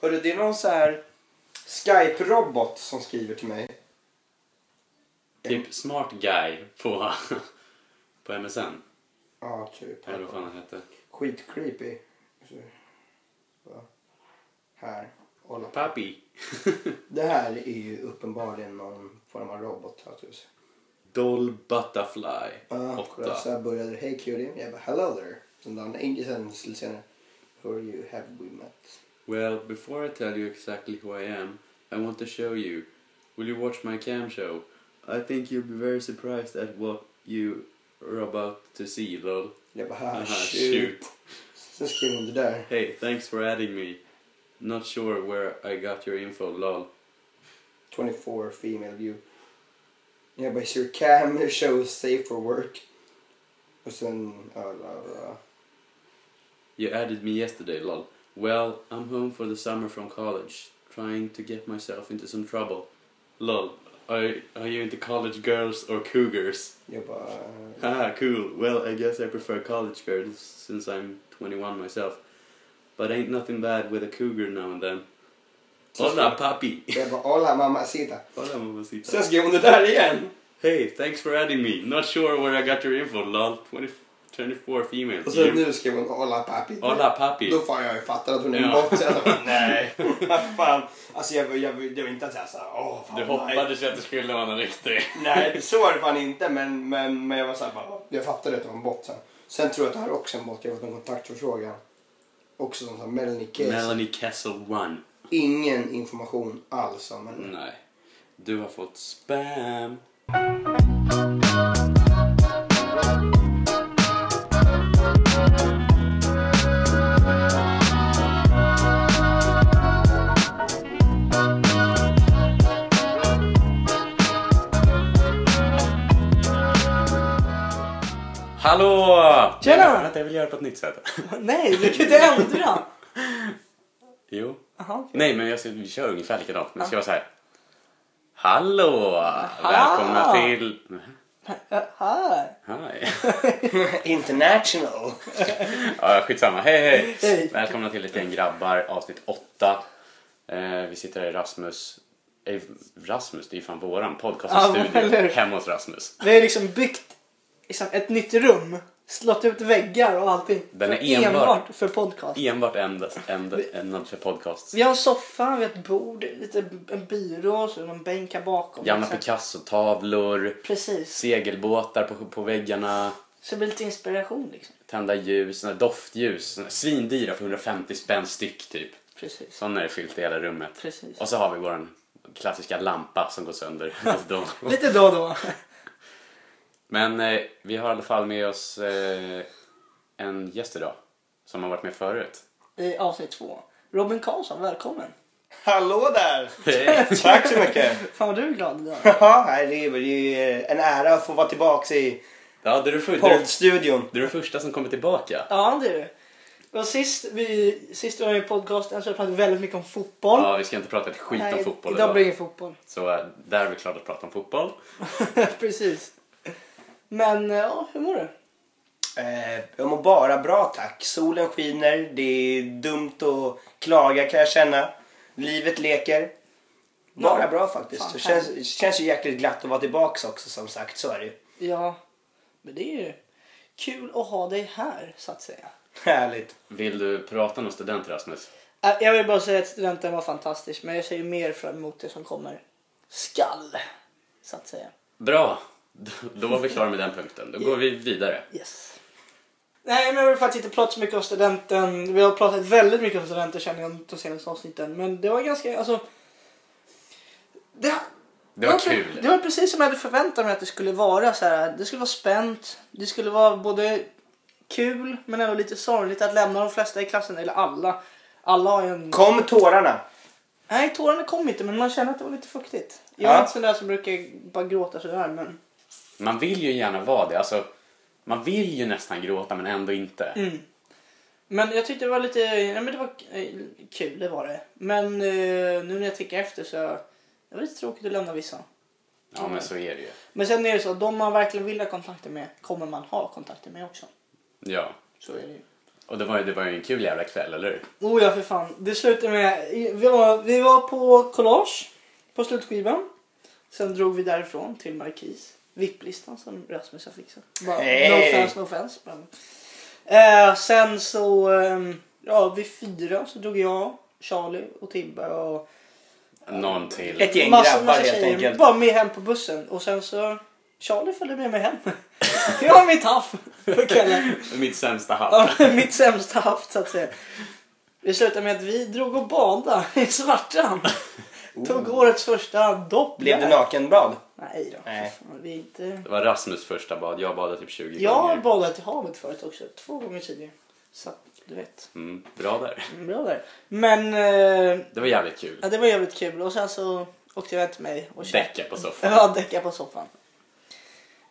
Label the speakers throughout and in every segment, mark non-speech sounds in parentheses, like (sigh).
Speaker 1: Hörru, det är någon så här Skype-robot som skriver till mig.
Speaker 2: Typ smart guy på, (laughs) på MSN.
Speaker 1: Ja, typ.
Speaker 2: Eller vad fan han hette.
Speaker 1: Skitcreepy. Så- va? Här. Kolla.
Speaker 2: Papi. (laughs)
Speaker 1: Det här är ju uppenbarligen någon form av robot. naturligtvis.
Speaker 2: Doll Butterfly.
Speaker 1: Ja, kolla,
Speaker 2: Åtta.
Speaker 1: så här började det. Hey cutie. Jag bara hello there. Sen dagen in- sen lite senare. Who are you? Have we met?
Speaker 2: Well, before I tell you exactly who I am, I want to show you. Will you watch my cam show? I think you'll be very surprised at what you are about to see, lol.
Speaker 1: Jag bara haha
Speaker 2: Aha,
Speaker 1: Ah, shoot. Sen skrev hon det där.
Speaker 2: Hey, thanks for adding me. Not sure where I got your info, lol.
Speaker 1: 24 female view. Jag bara is your (laughs) cam show safe for work? Och sen... ja, la, la.
Speaker 2: You added me yesterday, lol. Well, I'm home for the summer from college, trying to get myself into some trouble. Lol, are, are you into college girls or cougars?
Speaker 1: Jag bara...
Speaker 2: Haha, cool. Well, I guess I prefer college girls since I'm 21 myself. But ain't nothing bad with a cougar now and then. Hola, papi! (laughs)
Speaker 1: Jag bara hola mamacita.
Speaker 2: Hola, mamacita.
Speaker 1: Sen skrev hon det där igen.
Speaker 2: Hey, thanks for adding me. Not sure where I got your info, lol. 20, 24 female.
Speaker 1: Och
Speaker 2: You-
Speaker 1: sen nu skrev hon hola papi.
Speaker 2: Hola, papi.
Speaker 1: Då fan jag ju fattar att hon är en
Speaker 2: Ja.
Speaker 1: bot. så jag bara,
Speaker 2: (laughs)
Speaker 1: Nej. (laughs) Vad fan. Alltså jag, var- jag, var- det var inte såhär såhär åh fan
Speaker 2: Du
Speaker 1: nej.
Speaker 2: hoppades ju att det skulle vara någon riktig. (laughs)
Speaker 1: Nej så var det fan inte men, men, men jag var såhär bara. Jag fattade att det var en bot sen. Sen tror jag att det här också är en bot. Jag har fått en kontaktförfrågan. Också som sa Melanie Case.
Speaker 2: Melanie Kessel 1.
Speaker 1: Ingen information alls om henne.
Speaker 2: Nej. Du har fått spam. Hallå!
Speaker 3: Tjena!
Speaker 2: Vänta, jag vill göra det på ett nytt sätt.
Speaker 3: (laughs) Nej, du kan ju inte ändra!
Speaker 2: Jo.
Speaker 3: Aha, okej.
Speaker 2: Nej, men jag ska, vi kör ungefär likadant. Men det ska vara så här. Hallå! Välkomna till...
Speaker 3: Äh, Här!
Speaker 2: Hi.
Speaker 1: (laughs) International.
Speaker 2: Ja, skitsamma. Hej, hej!
Speaker 3: Hej.
Speaker 2: Välkomna till ett gäng grabbar, avsnitt åtta. Eh, vi sitter här i Rasmus... Eh, Rasmus, det är ju fan våran
Speaker 3: Ja, men eller
Speaker 2: podcaststudio.
Speaker 3: hur?
Speaker 2: Hemma hos Rasmus.
Speaker 3: Vi har liksom byggt liksom, ett nytt rum, slått ut väggar och allting.
Speaker 2: Den är
Speaker 3: För-
Speaker 2: enbart-
Speaker 3: för podcast.
Speaker 2: Enbart endast, enda, ämnad för podcasts.
Speaker 3: Vi har en soffa, vi har ett bord, lite, en byrå och så någon bänk här bakom.
Speaker 2: Gamla
Speaker 3: Liksom.
Speaker 2: Picasso-tavlor,
Speaker 3: Precis.
Speaker 2: segelbåtar på, på väggarna,
Speaker 3: Så det blir lite inspiration liksom.
Speaker 2: tända ljus, såna här doftljus. såna här Svindyra för 150 spänn styck, typ.
Speaker 3: Precis.
Speaker 2: Sådana är det fyllt i hela rummet.
Speaker 3: Precis.
Speaker 2: Och så har vi vår klassiska lampa som går sönder. (laughs) Då.
Speaker 3: Lite då och då.
Speaker 2: Men eh, vi har i alla fall med oss eh, en gäst idag som har varit med förut.
Speaker 3: (laughs) I avsnitt två. Robin Karlsson, välkommen.
Speaker 1: Hallå (laughs) där!
Speaker 2: Hej!
Speaker 1: Tack så mycket.
Speaker 3: Fan vad du är glad idag.
Speaker 2: (laughs)
Speaker 1: Ja, här är det ju en ära att få vara tillbaka i
Speaker 2: Ja, du är, den för, du, är,
Speaker 1: poddstudion.
Speaker 2: du är den första som kommer tillbaka.
Speaker 3: Ja, det är du. Och sist vi, sist vi var med i podcasten så pratade vi väldigt mycket om fotboll.
Speaker 2: Ja, vi ska inte prata ett skit om
Speaker 3: Nej,
Speaker 2: fotboll
Speaker 3: Idag
Speaker 2: idag.
Speaker 3: blir det ingen fotboll.
Speaker 2: Så eh, där är vi klara att prata om fotboll.
Speaker 3: (laughs) Precis. Men eh, ja, hur mår du?
Speaker 1: Eh, jag mår bara bra tack. Solen skiner, det är dumt att klaga kan jag känna. Livet leker. Bara
Speaker 3: Ja.
Speaker 1: bra faktiskt.
Speaker 3: Fan,
Speaker 1: Det känns, känns ju jäkligt glatt att vara tillbaka också som sagt, så är det ju.
Speaker 3: Ja, men det är ju kul att ha dig här så att säga.
Speaker 1: Härligt.
Speaker 2: Vill du prata om student Rasmus?
Speaker 3: Äh, Jag vill bara säga att studenten var fantastisk men jag ser ju mer fram emot det som kommer skall. Så att säga.
Speaker 2: Bra! (laughs) Då var vi klara med den punkten. Då går vi vidare.
Speaker 3: Yes. Nej men jag vill faktiskt inte prata så mycket om studenten. Vi har pratat väldigt mycket om studenter känner jag de senaste avsnitten. Men det var ganska, alltså. Det,
Speaker 2: Det var
Speaker 3: Ja, pre-
Speaker 2: kul.
Speaker 3: Det var precis som jag hade förväntat mig att det skulle vara. Så här, det skulle vara spänt. Det skulle vara både kul men ändå lite sorgligt att lämna de flesta i klassen. Eller alla. Alla har ju en...
Speaker 1: Kom tårarna.
Speaker 3: Nej, tårarna kom inte men man känner att det var lite fuktigt. Jag
Speaker 1: Ja.
Speaker 3: är inte sån där som brukar bara gråta sådär men...
Speaker 2: Man vill ju gärna vara det. Alltså, man vill ju nästan gråta men ändå inte.
Speaker 3: Mm. Men jag tyckte det var lite... Nej, men det var eh, kul, det var det. Men eh, nu när jag tänker efter så... Det var lite tråkigt att lämna vissa.
Speaker 2: Ja, men så är det ju.
Speaker 3: Men sen är det så att de man verkligen vill ha kontakter med kommer man ha kontakter med också.
Speaker 2: Ja.
Speaker 3: Så är det ju.
Speaker 2: Och det var ju det var ju en kul jävla kväll, eller hur?
Speaker 3: Oh ja, för fan. Det slutade med... Vi var, vi var på collage på slutskivan. Sen drog vi därifrån till Markis. VIP-listan som Rasmus har fixat. Bara, No
Speaker 1: Hey!
Speaker 3: offense, no offense. Men. Eh, sen så... ehm, ja, vi fyra så drog jag, Charlie och Tibbe och...
Speaker 2: Någon till.
Speaker 1: Ett gäng grabbar helt enkelt.
Speaker 3: Bara med hem på bussen. Och sen så... Charlie följde med mig hem. (laughs) Det var mitt haff för kvällen.
Speaker 2: Mitt sämsta hatt.
Speaker 3: Ja, (laughs) mitt sämsta haft så att säga. Det slutade med att vi drog och badade
Speaker 2: (laughs)
Speaker 3: i Svartran. Tog årets första dopp
Speaker 1: Blev det
Speaker 3: där.
Speaker 1: nakenbad?
Speaker 3: Nej då.
Speaker 1: Nej.
Speaker 3: för fan, Vi är inte...
Speaker 2: Det var Rasmus första bad. Jag badade typ 20
Speaker 3: Jag har
Speaker 2: gånger.
Speaker 3: badat i havet förut också. Två gånger tidigare. Så att, du vet.
Speaker 2: Mm, bra där.
Speaker 3: Mm, Bra där. Men eh,
Speaker 2: Det var jävligt kul.
Speaker 3: ja, det var jävligt kul. Och sen så åkte jag hem till mig och käkade.
Speaker 2: Däcka på soffan.
Speaker 3: (laughs) Ja, däcka på soffan.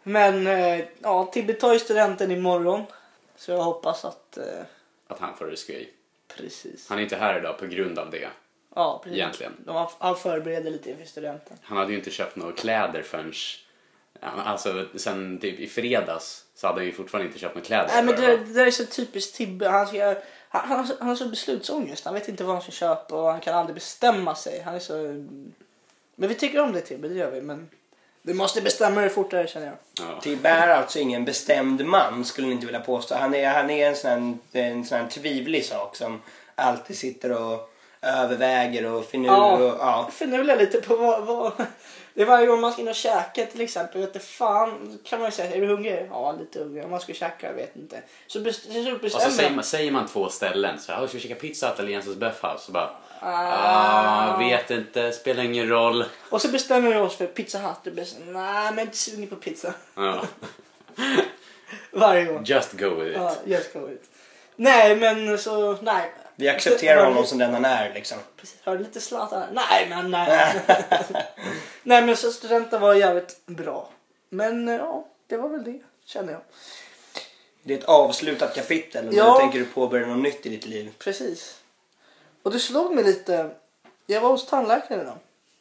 Speaker 3: Men eh, ja, Tibbe tar ju studenten imorgon. Så jag hoppas att... Eh,
Speaker 2: Att han får det skoj.
Speaker 3: precis.
Speaker 2: Han är inte här idag på grund av det.
Speaker 3: Ja, precis.
Speaker 2: Egentligen.
Speaker 3: De har, han förbereder lite inför studenten.
Speaker 2: Han hade ju inte köpt några kläder förrän... ja, men Alltså sen typ i fredags så hade han ju fortfarande inte köpt några kläder.
Speaker 3: Nej, men
Speaker 2: för
Speaker 3: det,
Speaker 2: honom.
Speaker 3: det där är så typiskt Tibbe. Han, ska, han, han, har så- han har så beslutsångest. Han vet inte vad han ska köpa och han kan aldrig bestämma sig. Han är så... Men vi tycker om det Tibbe, det gör vi. Men du måste bestämma dig fortare känner jag.
Speaker 2: Ja.
Speaker 1: Tibbe är alltså ingen bestämd man skulle ni inte vilja påstå. Han är, han är en sån här, en sån här tvivlig sak som alltid sitter och överväger och finur
Speaker 3: Ja.
Speaker 1: och ja.
Speaker 3: Finurliga lite på vad... vad... Det är varje gång man ska in och käka till exempel. Vet du, fan kan man ju säga, är du hungrig? Ja, lite hungrig. Om man ska käka, jag vet inte. Så, best, så
Speaker 2: Och så
Speaker 3: bestämmer
Speaker 2: säger man,
Speaker 3: man.
Speaker 2: säger man två ställen. Så här, "Ah, ska vi käka pizza italiensas böffhouse? Så bara...
Speaker 3: Ah.
Speaker 2: Ah, vet inte, spelar ingen roll.
Speaker 3: Och så bestämmer vi oss för Pizza Hut. Och blir så, nej, men jag är inte sugen på pizza.
Speaker 2: Ja.
Speaker 3: Varje gång.
Speaker 2: Just go with it.
Speaker 3: Ja, jag ska ut. Nej, men så nej.
Speaker 1: Vi accepterar honom
Speaker 3: Hörde-
Speaker 1: som den han är liksom.
Speaker 3: Precis, hörde lite Zlatan här. Nej, men nej. (laughs) nej, men så studenten var jävligt bra. Men eh, ja, det var väl det känner jag.
Speaker 1: Det är ett avslutat kapitel och
Speaker 3: Ja.
Speaker 1: nu tänker du påbörja något nytt i ditt liv.
Speaker 3: Precis. Och det slog mig lite. Jag var hos tandläkaren idag.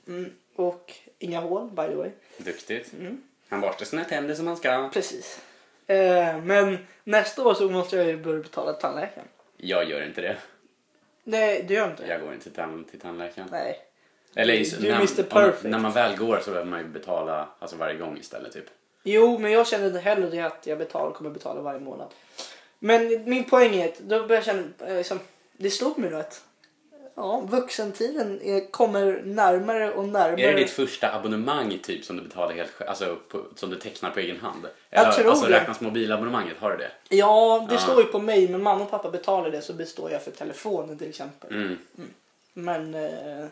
Speaker 3: Mm. Och inga hål by the way.
Speaker 2: Duktigt.
Speaker 3: Mm.
Speaker 2: Han borstar sina tänder som han ska.
Speaker 3: Precis. Eh, men nästa år så måste jag ju börja betala tandläkaren.
Speaker 2: Jag gör inte det.
Speaker 3: Nej, det gör jag inte.
Speaker 2: Jag går inte till, tan- till tandläkaren.
Speaker 3: Nej.
Speaker 2: Eller
Speaker 3: Du-
Speaker 2: så-
Speaker 3: du är
Speaker 2: när,
Speaker 3: Mr.
Speaker 2: om,
Speaker 3: Perfect.
Speaker 2: när man väl går så behöver man ju betala alltså varje gång istället. Typ.
Speaker 3: Jo, men jag känner inte heller det att jag betal, kommer betala varje månad. Men min poäng är att då börjar jag känna, eh, liksom, det slog mig då att ja, vuxentiden är, kommer närmare och närmare.
Speaker 2: Är det ditt första abonnemang typ som du betalar helt sj- alltså, på, som du tecknar på egen hand?
Speaker 3: Jag
Speaker 2: Eller,
Speaker 3: tror
Speaker 2: alltså,
Speaker 3: det.
Speaker 2: Räknas mobilabonnemanget? Har du det?
Speaker 3: Ja, det
Speaker 2: Ja.
Speaker 3: står ju på mig, men mamma och pappa betalar det så består jag för telefonen till exempel.
Speaker 2: Mm.
Speaker 3: Men eh,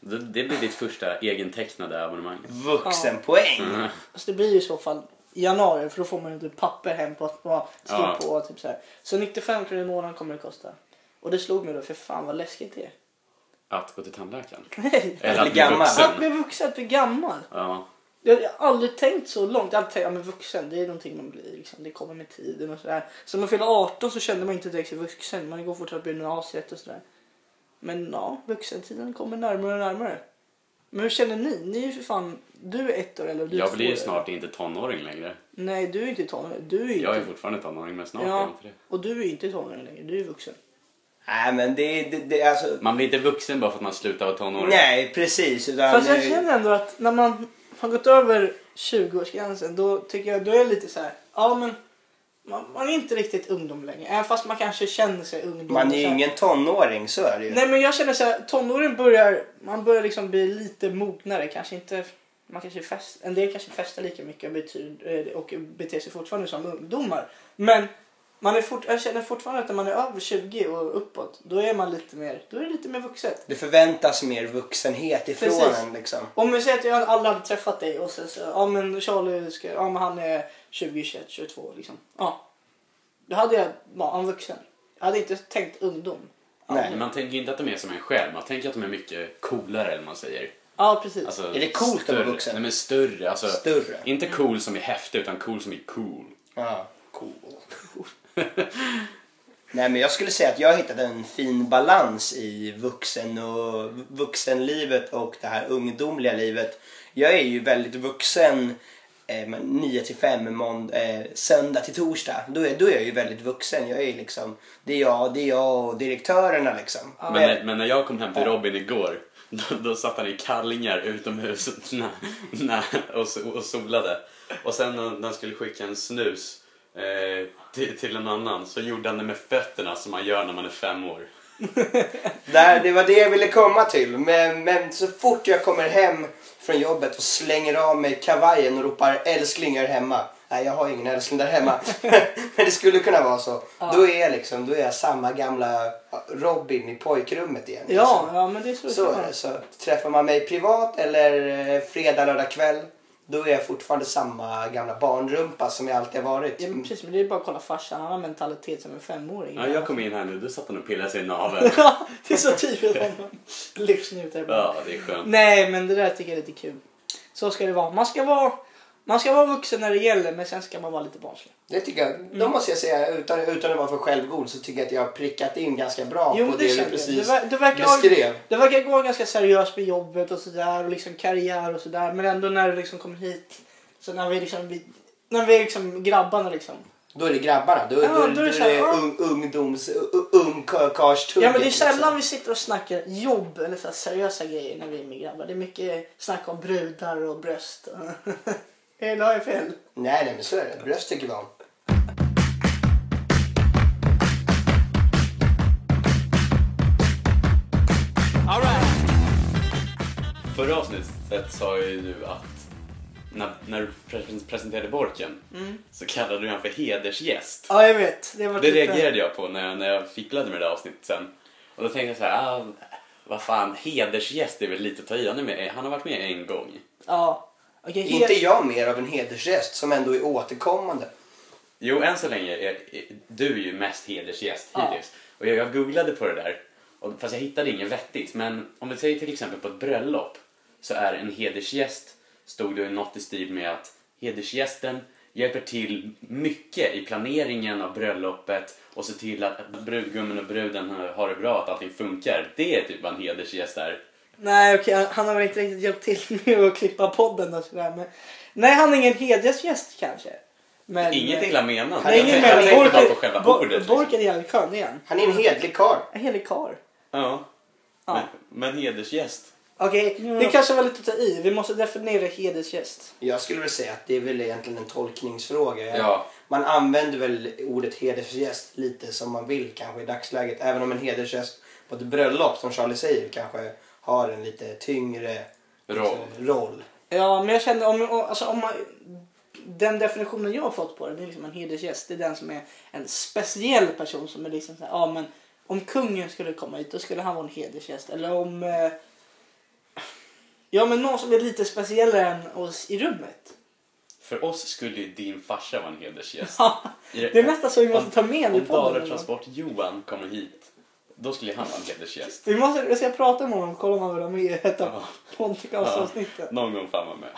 Speaker 2: Det, det blir ditt första egentecknade abonnemang.
Speaker 1: Vuxenpoäng!
Speaker 2: Mm.
Speaker 3: alltså, det blir ju i så fall i januari för då får man ju typ papper hem på att man skriver
Speaker 2: Ja.
Speaker 3: på. Typ så, här. så 95 kronor i månaden kommer det kosta. Och det slog mig då, för fan vad läskigt det är.
Speaker 2: Att gå till tandläkaren.
Speaker 3: Nej.
Speaker 2: Eller att
Speaker 1: bli
Speaker 3: (laughs)
Speaker 2: bli
Speaker 1: gammal.
Speaker 3: Att
Speaker 2: vuxen.
Speaker 3: bli vuxen, att bli gammal.
Speaker 2: Ja.
Speaker 3: Jag jag har aldrig tänkt så långt. Jag har alltid tänkt att men vuxen det är någonting man blir. Liksom. Det kommer med tiden och sådär. Så när man fyller 18 så kände man inte direkt sig vuxen. Man går fortfarande på gymnasiet och sådär. Men ja, vuxentiden kommer närmare och närmare. Men hur känner ni? Ni är ju för fan... Du är ett år eller du är
Speaker 2: Jag
Speaker 3: två
Speaker 2: blir ju
Speaker 3: år.
Speaker 2: snart inte tonåring längre.
Speaker 3: Nej, du är inte tonåring. Du är ju
Speaker 2: Jag är
Speaker 3: inte...
Speaker 2: fortfarande tonåring men snart är jag
Speaker 3: Ja,
Speaker 2: inte det.
Speaker 3: och du är ju inte tonåring längre. Du är vuxen.
Speaker 1: Nej men det, det, det alltså...
Speaker 2: Man blir inte vuxen bara för att man slutar vara tonåring.
Speaker 1: Nej precis. Utan,
Speaker 3: Fast jag
Speaker 1: eh,
Speaker 3: känner ändå att när man har gått över 20-årsgränsen då tycker jag då är det lite så här, ja men man, man är inte riktigt ungdom längre. Även fast man kanske känner sig ungdom.
Speaker 1: Man är ju
Speaker 3: Så här-
Speaker 1: ingen tonåring, så är det ju.
Speaker 3: Nej men jag känner så här, tonåren börjar, man börjar liksom bli lite mognare. Kanske inte, man kanske fest, en del kanske festar lika mycket och, betyder, eh, och beter sig fortfarande som ungdomar. Men man är fort, jag känner fortfarande att när man är över 20 och uppåt då är man lite mer, då är det lite mer vuxet.
Speaker 1: Det förväntas mer vuxenhet ifrån
Speaker 3: Precis.
Speaker 1: en liksom.
Speaker 3: Om vi säger att jag aldrig hade träffat dig och sen så, ja men Charlie, ska, ja men han är 20, 21, 22 liksom. Ja. Då hade jag, ja han är vuxen. Jag hade inte tänkt ungdom.
Speaker 1: Nej.
Speaker 2: Man tänker ju inte att de är som en själv, man tänker att de är mycket coolare eller vad man säger.
Speaker 3: Ja precis.
Speaker 2: Alltså,
Speaker 1: Är det coolt att vara
Speaker 2: större.
Speaker 1: vuxen?
Speaker 2: Nej men större. Alltså,
Speaker 1: Större.
Speaker 2: Inte cool som är häftig utan cool som är cool.
Speaker 1: Ja. Cool. Nej men jag skulle säga att jag hittade en fin balans i vuxen och vuxenlivet och det här ungdomliga livet. Jag är ju väldigt vuxen eh, eh, men 9 till 5 månd- eh, söndag till torsdag. Då är, då är jag ju väldigt vuxen. Jag är ju liksom, det är jag, det är jag och direktörerna liksom.
Speaker 3: Ja.
Speaker 2: Men, när, men när jag kom hem till
Speaker 1: Ja.
Speaker 2: Robin igår, då, då satt han i kallingar utomhus (laughs) när, när, och, so- och solade. Och sen när när han skulle skicka en snus eh, till, till en annan så gjorde han det med fötterna som man gör när man är fem år.
Speaker 1: Där, det var det jag ville komma till. Men, men så fort jag kommer hem från jobbet och slänger av mig kavajen och ropar älsklingar hemma. Nej, jag har ingen älskling där hemma. (laughs) men det skulle kunna vara så. Då, är jag liksom, då är jag samma gamla Robin i pojkrummet igen.
Speaker 3: Ja, ja, men det är så,
Speaker 1: Liksom. Så är det. Så träffar man mig privat eller eh, fredag, lördag kväll. Då är jag fortfarande samma gamla barnrumpa som jag alltid har varit. Mm.
Speaker 3: Ja, men precis, men det är bara att kolla farsan. Han har mentalitet som en femåring.
Speaker 2: Ja, jag kom in här nu, då satt han och pillade sig i naveln. (laughs)
Speaker 3: Ja, det är så typiskt honom. (laughs) Livsnjutare. bara.
Speaker 2: Ja, det är skönt.
Speaker 3: Nej, men det där tycker jag är lite kul. Så ska det vara. Man ska vara, man ska vara vuxen när det gäller, men sen ska man vara lite barnslig.
Speaker 1: Det tycker jag. Då
Speaker 3: Mm.
Speaker 1: måste jag säga, utan, utan att vara för självgod, så tycker jag att jag har prickat in ganska bra
Speaker 3: Jo,
Speaker 1: på
Speaker 3: men
Speaker 1: det, du
Speaker 3: det känner jag.
Speaker 1: precis
Speaker 3: Det, ver- det, verkar ha,
Speaker 1: beskrev.
Speaker 3: det verkar gå ganska seriöst med jobbet och sådär och liksom karriär och sådär. Men ändå när du liksom kommer hit, så när vi liksom, vi, när vi är liksom grabbarna liksom.
Speaker 1: Då är det grabbarna. Då,
Speaker 3: Ja,
Speaker 1: då, då, är
Speaker 3: så här,
Speaker 1: det
Speaker 3: ja.
Speaker 1: ung, ungdoms... u- Ungkarlstugget. liksom.
Speaker 3: Ja, men det är sällan vi sitter och snackar jobb eller så här seriösa grejer när vi är med grabbar. Det är mycket snack om brudar och bröst. (laughs) Eller har jag fel?
Speaker 1: Nej, nej, men så är det. Bröst tycker vi om.
Speaker 2: Förra avsnittet sa ju du att när, när du pre- presenterade Borken så kallade du honom för hedersgäst.
Speaker 3: Mm. Ja, jag vet. Det, var
Speaker 2: Det
Speaker 3: typ-
Speaker 2: reagerade jag på när jag, när jag fipplade med det där avsnittet sen. Och då tänkte jag så här, ah, vad fan, hedersgäst är väl lite att ta i. Han, är med, han har varit med en gång.
Speaker 3: Ja. Okej,
Speaker 1: Är inte jag mer av en hedersgäst som ändå är återkommande?
Speaker 2: Jo, än så länge, är, är, du är ju mest hedersgäst
Speaker 3: Ja.
Speaker 2: hittills. Och jag, jag googlade på det där, och, fast jag hittade inget vettigt. Men om vi säger till exempel på ett bröllop så är en hedersgäst, stod det något i stil med att hedersgästen hjälper till mycket i planeringen av bröllopet och ser till att brudgummen och bruden har det bra, att allting funkar. Det är typ vad en hedersgäst är.
Speaker 3: Nej, okej. han- Han har väl inte riktigt hjälpt till (laughs) med att klippa podden och sådär. Men... Nej, han är ingen hedersgäst kanske. Men...
Speaker 2: Inget illa menat.
Speaker 3: Nej,
Speaker 2: Jag
Speaker 3: ingen
Speaker 2: tänkte- jag
Speaker 3: mening.
Speaker 2: tänkte bara på
Speaker 3: Bork,
Speaker 2: själva
Speaker 3: Bork,
Speaker 2: ordet. liksom.
Speaker 3: Bork är jävligt skön igen.
Speaker 1: Han är en hedlig karl.
Speaker 3: En helig karl.
Speaker 2: Ja.
Speaker 3: Ja.
Speaker 2: Men, men hedersgäst.
Speaker 3: Okej, det kanske var lite att ta i. Vi måste definiera hedersgäst.
Speaker 1: Jag skulle väl säga att det är väl egentligen en tolkningsfråga.
Speaker 2: Ja.
Speaker 1: Man använder väl ordet hedersgäst lite som man vill kanske i dagsläget. Även om en hedersgäst på ett bröllop, som Charlie säger, kanske har en lite tyngre liksom,
Speaker 2: Roll.
Speaker 1: roll.
Speaker 3: Ja, men jag känner om, om- alltså, om man, den definitionen jag har fått på det, det är liksom en hedersgäst. Det är den som är en speciell person som är liksom så här, ja men om kungen skulle komma hit då skulle han vara en hedersgäst. Eller om, eh, ja men någon som är lite speciellare än oss i rummet.
Speaker 2: För oss skulle ju din farsa vara en hedersgäst.
Speaker 3: (laughs) Ja, det är nästan så vi måste ta med
Speaker 2: Om-
Speaker 3: nu
Speaker 2: Om
Speaker 3: på podden.
Speaker 2: Dalatransport-Johan kommer hit, då skulle han vara en
Speaker 3: (laughs)
Speaker 2: hedersgäst.
Speaker 3: Vi måste, jag ska prata med honom kolla om han vill vara med i ett av
Speaker 2: Ja.
Speaker 3: Ponticast-avsnitten.
Speaker 2: Någon gång får han vara med.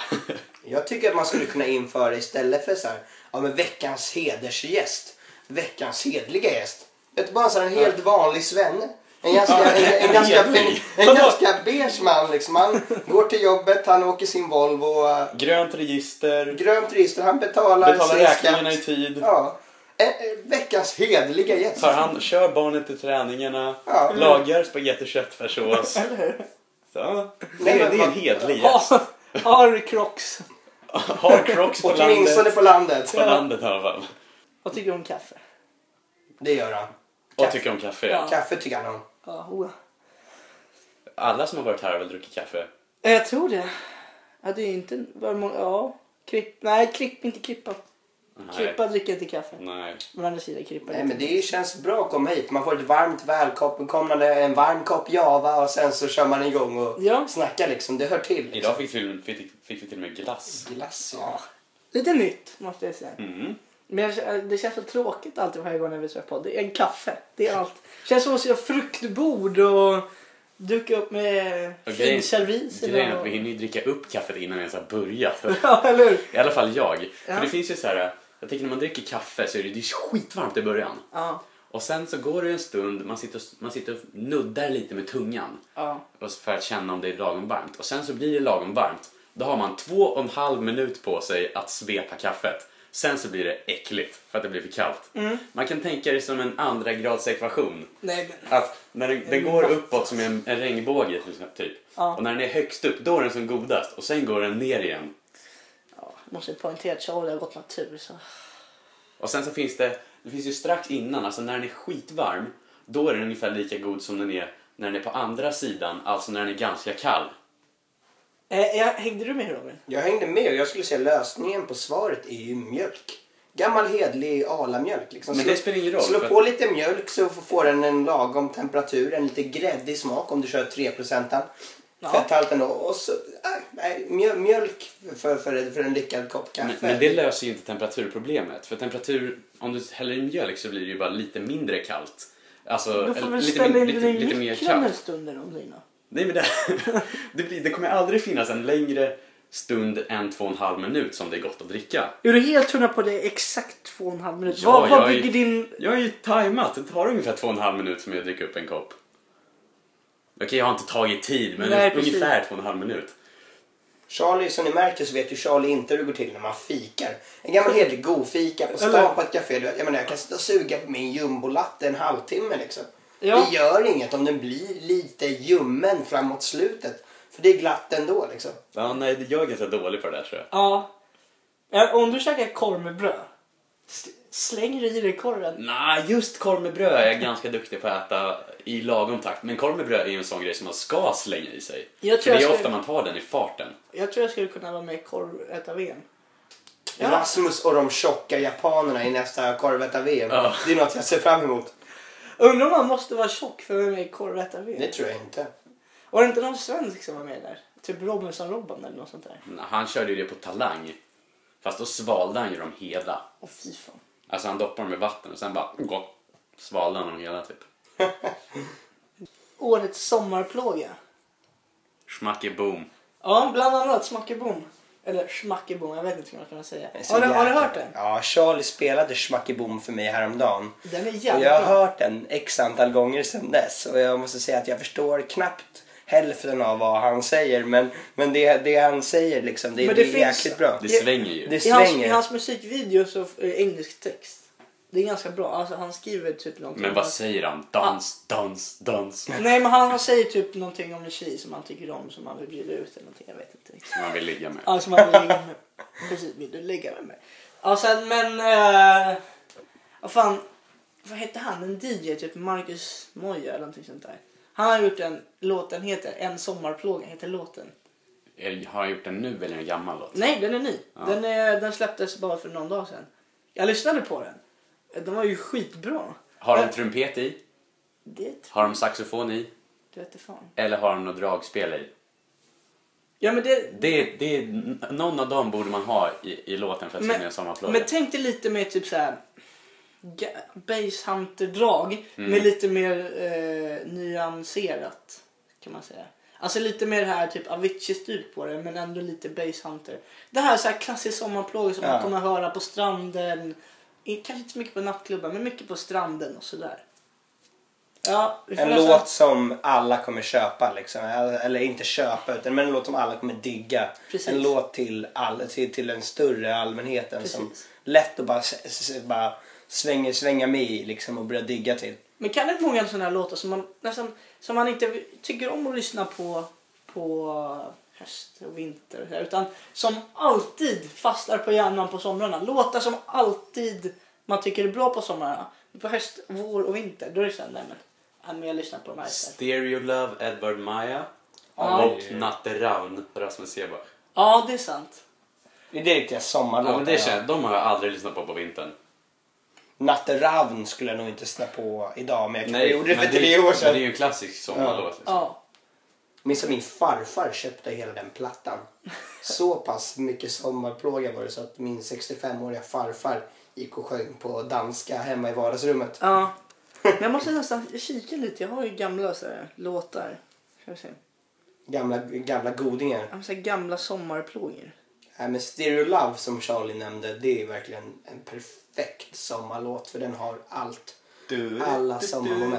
Speaker 2: (laughs)
Speaker 1: Jag tycker att man skulle kunna införa istället för så här, ja, men veckans hedersgäst, veckans hedliga gäst. Vet du, bara en sån här helt vanlig svenne. En ganska, en, en, ganska,
Speaker 2: (laughs)
Speaker 1: en, en ganska beige man liksom. Han går till jobbet, han åker sin Volvo. eh,
Speaker 2: Grönt register,
Speaker 1: Grönt register, han betalar
Speaker 2: betala
Speaker 1: sin
Speaker 2: räkningarna i
Speaker 1: skatt.
Speaker 2: tid.
Speaker 1: Ja. Eh, eh, veckans hedliga gäst.
Speaker 2: Tar han, kör barnet till träningarna,
Speaker 1: Ja.
Speaker 3: Mm.
Speaker 2: lagar spagetti och
Speaker 3: (laughs)
Speaker 2: köttfärssås. Så. Det,
Speaker 1: Nej,
Speaker 2: är-
Speaker 1: men
Speaker 2: det är en
Speaker 1: vad-
Speaker 2: hedlig gäst.
Speaker 3: Har, har Crocs.
Speaker 2: Har crocs på
Speaker 1: Åtminstone
Speaker 2: landet.
Speaker 1: på landet.
Speaker 2: På landet i alla fall.
Speaker 3: Vad tycker du om kaffe?
Speaker 1: Det gör han.
Speaker 2: Och
Speaker 1: Kaffe.
Speaker 2: tycker om kaffe.
Speaker 3: Ja.
Speaker 1: Kaffe tycker han om.
Speaker 3: Ja, oh.
Speaker 2: Alla som har varit här har väl druckit kaffe?
Speaker 3: Eh, Jag tror det. Ja, det är inte... Var många, ja. Kripp, nej, Kripp, inte Krippa.
Speaker 2: Nej.
Speaker 3: Krippa dricker inte kaffe.
Speaker 2: Nej.
Speaker 3: Men å andra sidan Krippa
Speaker 1: Nej,
Speaker 3: inte.
Speaker 1: men det känns bra att komma hit. Man får ett varmt välkomnande, en varm kopp java och sen så kör man igång och
Speaker 3: Ja.
Speaker 1: snackar liksom. Det hör till. Liksom.
Speaker 2: Idag fick vi, fick, fick vi till och med glass.
Speaker 1: Glass, ja.
Speaker 3: Lite nytt, måste jag säga.
Speaker 2: Mm.
Speaker 3: Men jag, det känns så tråkigt alltid varje gång när vi kör podd. Det är en kaffe. Det är allt. Det känns som att göra fruktbord och duka upp med
Speaker 2: Och
Speaker 3: fin
Speaker 2: grejen-
Speaker 3: servis.
Speaker 2: Grejen är
Speaker 3: och-
Speaker 2: att vi hinner ju dricka upp kaffet innan vi ens har börjat.
Speaker 3: Ja, eller hur?
Speaker 2: I alla fall jag.
Speaker 3: Ja.
Speaker 2: För det finns ju så här, jag tänker när man dricker kaffe så är det, det är skitvarmt i början.
Speaker 3: Ja.
Speaker 2: Och sen så går det en stund, man sitter, och, man sitter och nuddar lite med tungan
Speaker 3: ja.
Speaker 2: och så för att känna om det är lagom varmt. Och sen så blir det lagom varmt Då har man två och en halv minut på sig att svepa kaffet. Sen så blir det äckligt för att det blir för kallt.
Speaker 3: Mm.
Speaker 2: Man kan tänka det som en andra grads ekvation.
Speaker 3: Nej, men...
Speaker 2: Att när den, den går uppåt som en, en regnbåge till exempel, typ.
Speaker 3: Ja.
Speaker 2: Och när den är högst upp då är den som godast och sen går den ner igen.
Speaker 3: Ja, måste poängtera att Charlie har gått natur så...
Speaker 2: Och sen så finns det, det finns ju strax innan, alltså när den är skitvarm, då är den ungefär lika god som den är när den är på andra sidan, alltså när den är ganska kall.
Speaker 3: Eh, jag, hängde du med Robin?
Speaker 1: Jag hängde med och jag skulle säga lösningen på svaret är ju mjölk. Gammal hedlig alamjölk. Liksom.
Speaker 2: Men det spelar ingen roll,
Speaker 1: Slå
Speaker 2: för
Speaker 1: på lite mjölk så får den en lagom temperatur, en lite gräddig smak om du kör 3-procentaren.
Speaker 3: Ja.
Speaker 1: Fetthalten och, och så, äh, nej, mjöl- mjölk för, för, för en lyckad kopp
Speaker 2: Men,
Speaker 1: kaffe.
Speaker 2: men det löser ju inte temperaturproblemet, för temperatur, om du häller i mjölk så blir det ju bara lite mindre kallt. Alltså,
Speaker 3: Du får
Speaker 2: eller
Speaker 3: väl
Speaker 2: lite,
Speaker 3: ställa
Speaker 2: min-
Speaker 3: in
Speaker 2: lite,
Speaker 3: din
Speaker 2: lite mer
Speaker 3: mikron en
Speaker 2: kallt.
Speaker 3: stund eller någonting då.
Speaker 2: Nej men det, det, (laughs) blir, det kommer aldrig finnas en längre stund än två och en halv minut som det är gott att dricka.
Speaker 3: Är du helt hundra på det? Exakt två och en halv minut?
Speaker 2: Ja,
Speaker 3: vad
Speaker 2: jag
Speaker 3: vad
Speaker 2: är-
Speaker 3: bygger din...
Speaker 2: Jag har ju tajmat. Det tar ungefär två och en halv minut för mig att dricka upp en kopp. Okej, jag har inte tagit tid, men
Speaker 3: Nej, precis.
Speaker 2: ungefär två och en halv minut.
Speaker 1: Charlie, som ni märker så vet ju Charlie inte hur det går till när man fikar. En gammal hedlig godfika på
Speaker 3: Eller-
Speaker 1: stan på ett café. du vet, Jag menar, jag kan sitta och suga på min jumbolatte en halvtimme liksom.
Speaker 3: Ja.
Speaker 1: Det gör inget om den blir lite ljummen framåt slutet. För det är glatt ändå liksom.
Speaker 2: Ja, nej, jag är ganska dålig på det där tror jag.
Speaker 3: Ja. Ja, Om du käkar korv med bröd. s- Slänger du i dig korven?
Speaker 2: Nej, just korv med bröd är jag ganska (laughs) duktig på att äta i lagom takt. Men korv med bröd är ju en sån grej som man ska slänga i sig.
Speaker 3: Jag tror
Speaker 2: För det
Speaker 3: jag
Speaker 2: är
Speaker 3: ska-
Speaker 2: ofta man tar den i farten.
Speaker 3: Jag tror jag skulle kunna vara med i korvätar-VM. Ja.
Speaker 1: Rasmus och de tjocka japanerna i nästa korvätar-VM.
Speaker 2: Ja.
Speaker 1: Det är något jag ser fram emot.
Speaker 3: Undrar om man måste vara tjock för att vara med i
Speaker 1: Det
Speaker 3: korvätar-VM?
Speaker 1: tror jag inte.
Speaker 3: Var det inte någon svensk som var med där? Typ Robinson-Robban eller något sånt där?
Speaker 2: Nej, Han körde ju det på talang. Fast då svalde han ju dem hela.
Speaker 3: Åh fy fan.
Speaker 2: Alltså han doppade dem i vatten och sen bara gott, svalde han dem hela typ.
Speaker 3: Årets sommarplåga.
Speaker 2: Schmacke boom.
Speaker 3: Ja, bland annat Smackebom. Eller Smackebom, jag vet inte hur man kan säga.
Speaker 1: Det är så
Speaker 3: Har du, har du
Speaker 1: jäkla-
Speaker 3: hört den?
Speaker 1: Ja, Charlie spelade Schmackibom för mig häromdagen.
Speaker 3: Den är
Speaker 1: Och
Speaker 3: jävligt
Speaker 1: jag har
Speaker 3: bra.
Speaker 1: hört den x antal gånger sedan dess och jag måste säga att jag förstår knappt hälften av vad han säger men, men det, det han säger liksom, det,
Speaker 3: Men
Speaker 1: det,
Speaker 3: det
Speaker 1: är
Speaker 3: finns-
Speaker 1: jäkligt bra.
Speaker 2: Det
Speaker 3: Ja,
Speaker 2: svänger ju.
Speaker 1: Det
Speaker 3: I hans,
Speaker 1: svänger.
Speaker 3: I hans musikvideo så är det engelsk text. Det är ganska bra. Alltså han skriver typ någonting.
Speaker 2: Men vad säger han? Dans, dans, dans.
Speaker 3: Nej men han, han säger typ någonting om en tjej som han tycker om som han vill bjuda ut eller någonting. Jag vet inte riktigt.
Speaker 2: Som man vill ligga med.
Speaker 3: Ja, som han vill ligga med. Precis, vill du ligga med mig? Ja sen men... eh, vad fan. Vad hette han? En DJ? Typ Marcus Moya eller någonting sånt där. Han har gjort en låt, den heter En sommarplåga, heter låten.
Speaker 2: Är- Har jag gjort den nu eller en gammal låt?
Speaker 3: Nej, den är ny. Den, är, den släpptes bara för någon dag sedan. Jag lyssnade på den. Den var ju skitbra.
Speaker 2: Har de
Speaker 3: Men-
Speaker 2: trumpet i?
Speaker 3: Det tror
Speaker 2: Har de saxofon i?
Speaker 3: jag inte fan.
Speaker 2: Eller har de något dragspel i?
Speaker 3: Ja, men det...
Speaker 2: Det, det, n- någon av dem borde man ha i, i låten för att sjunga en sommarplåga.
Speaker 3: men tänk dig lite mer typ så här ga- basehunter-drag
Speaker 2: Mm.
Speaker 3: med lite mer eh, nyanserat kan man säga. Alltså lite mer det här typ Avicii-styrt på det men ändå lite basehunter. Det här är så här klassisk sommarplåga som
Speaker 1: Ja.
Speaker 3: man kommer att höra på stranden. I- Kanske inte så mycket på nattklubbar men mycket på stranden och sådär. Ja, vi får
Speaker 1: En
Speaker 3: läsa-
Speaker 1: låt som alla kommer köpa liksom. Eller inte köpa utan men en låt som alla kommer digga.
Speaker 3: Precis.
Speaker 1: En låt till, all, till, till den större allmänheten som
Speaker 3: Precis.
Speaker 1: lätt att bara, s- s- bara svänga, svänga med i liksom och börja digga till.
Speaker 3: Men kan det många sådana här låtar som man nästan som man inte tycker om att lyssna på på höst och vinter och så här, utan som alltid fastnar på hjärnan på somrarna. Låtar som alltid man tycker är bra på somrarna. På höst, vår och vinter då är det såhär, nej men, nej men jag lyssnar på de här istället.
Speaker 2: Stereo Love, Edvard Maja.
Speaker 3: Ja.
Speaker 2: Och Natte Ravn, Rasmus Sebach.
Speaker 3: Ja, det är sant.
Speaker 1: Det är riktiga sommarlåtar.
Speaker 2: Ja, men det känns, de har jag aldrig lyssnat på på vintern.
Speaker 1: Natte Ravn skulle jag nog inte lyssna på idag men jag kanske gjorde det
Speaker 2: men
Speaker 1: för tre år
Speaker 2: men
Speaker 1: sedan.
Speaker 2: det är ju en klassisk sommarlåt. Liksom.
Speaker 3: Ja.
Speaker 1: minns att min farfar köpte hela den plattan. Så pass mycket sommarplåga var det så att min 65-åriga farfar gick och sjöng på danska hemma i vardagsrummet.
Speaker 3: ja. Men jag måste nästan kika lite. Jag har ju gamla så här, låtar. Ska vi se.
Speaker 1: Gamla, gamla godingar.
Speaker 3: Jag har så här, gamla sommarplågor.
Speaker 1: Nej, men Stereo Love som Charlie nämnde, det är verkligen en perfekt sommarlåt för den har allt. Alla sommarmoment.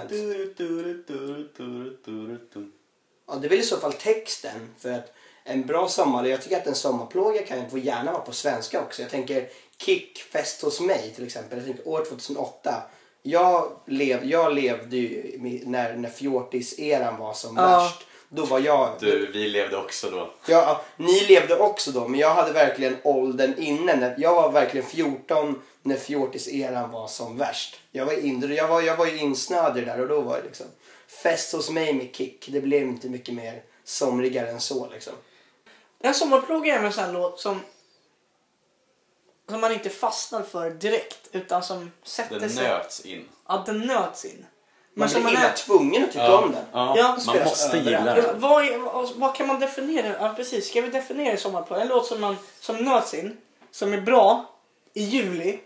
Speaker 1: Ja, det är väl i så fall texten. För att en bra sommar. Jag tycker att en sommarplåga kan få gärna vara på svenska också. Jag tänker Kickfest hos mig till exempel. Jag tänker år 2008. Jag, lev, jag levde ju med- när, när fjortis-eran var som
Speaker 3: Ja.
Speaker 1: värst. Då var jag...
Speaker 2: Du, vi levde också då.
Speaker 1: Ja, ni levde också då, men jag hade verkligen åldern innan. När- Jag var verkligen 14 när fjortiseran var som värst. Jag var, in, jag var, jag var ju insnöad i det där och då var det liksom fest hos mig med Kick. Det blev inte mycket mer somrigare än så liksom.
Speaker 3: En sommarplåga är en sån här låt som som man inte fastnar för direkt utan som sätter
Speaker 2: Den
Speaker 3: sig.
Speaker 2: nöts in.
Speaker 3: Ja, den nöts in.
Speaker 1: Man
Speaker 3: som
Speaker 1: blir illa tvungen att tycka om den.
Speaker 2: ja,
Speaker 3: Ja,
Speaker 2: man
Speaker 1: spelas
Speaker 2: måste
Speaker 1: överallt.
Speaker 2: gilla
Speaker 3: Ja,
Speaker 2: den.
Speaker 3: vad, är- vad, vad kan man definiera? Ja, precis. Ska vi definiera en sommarplåga? En låt som, man, som nöts in, som är bra i juli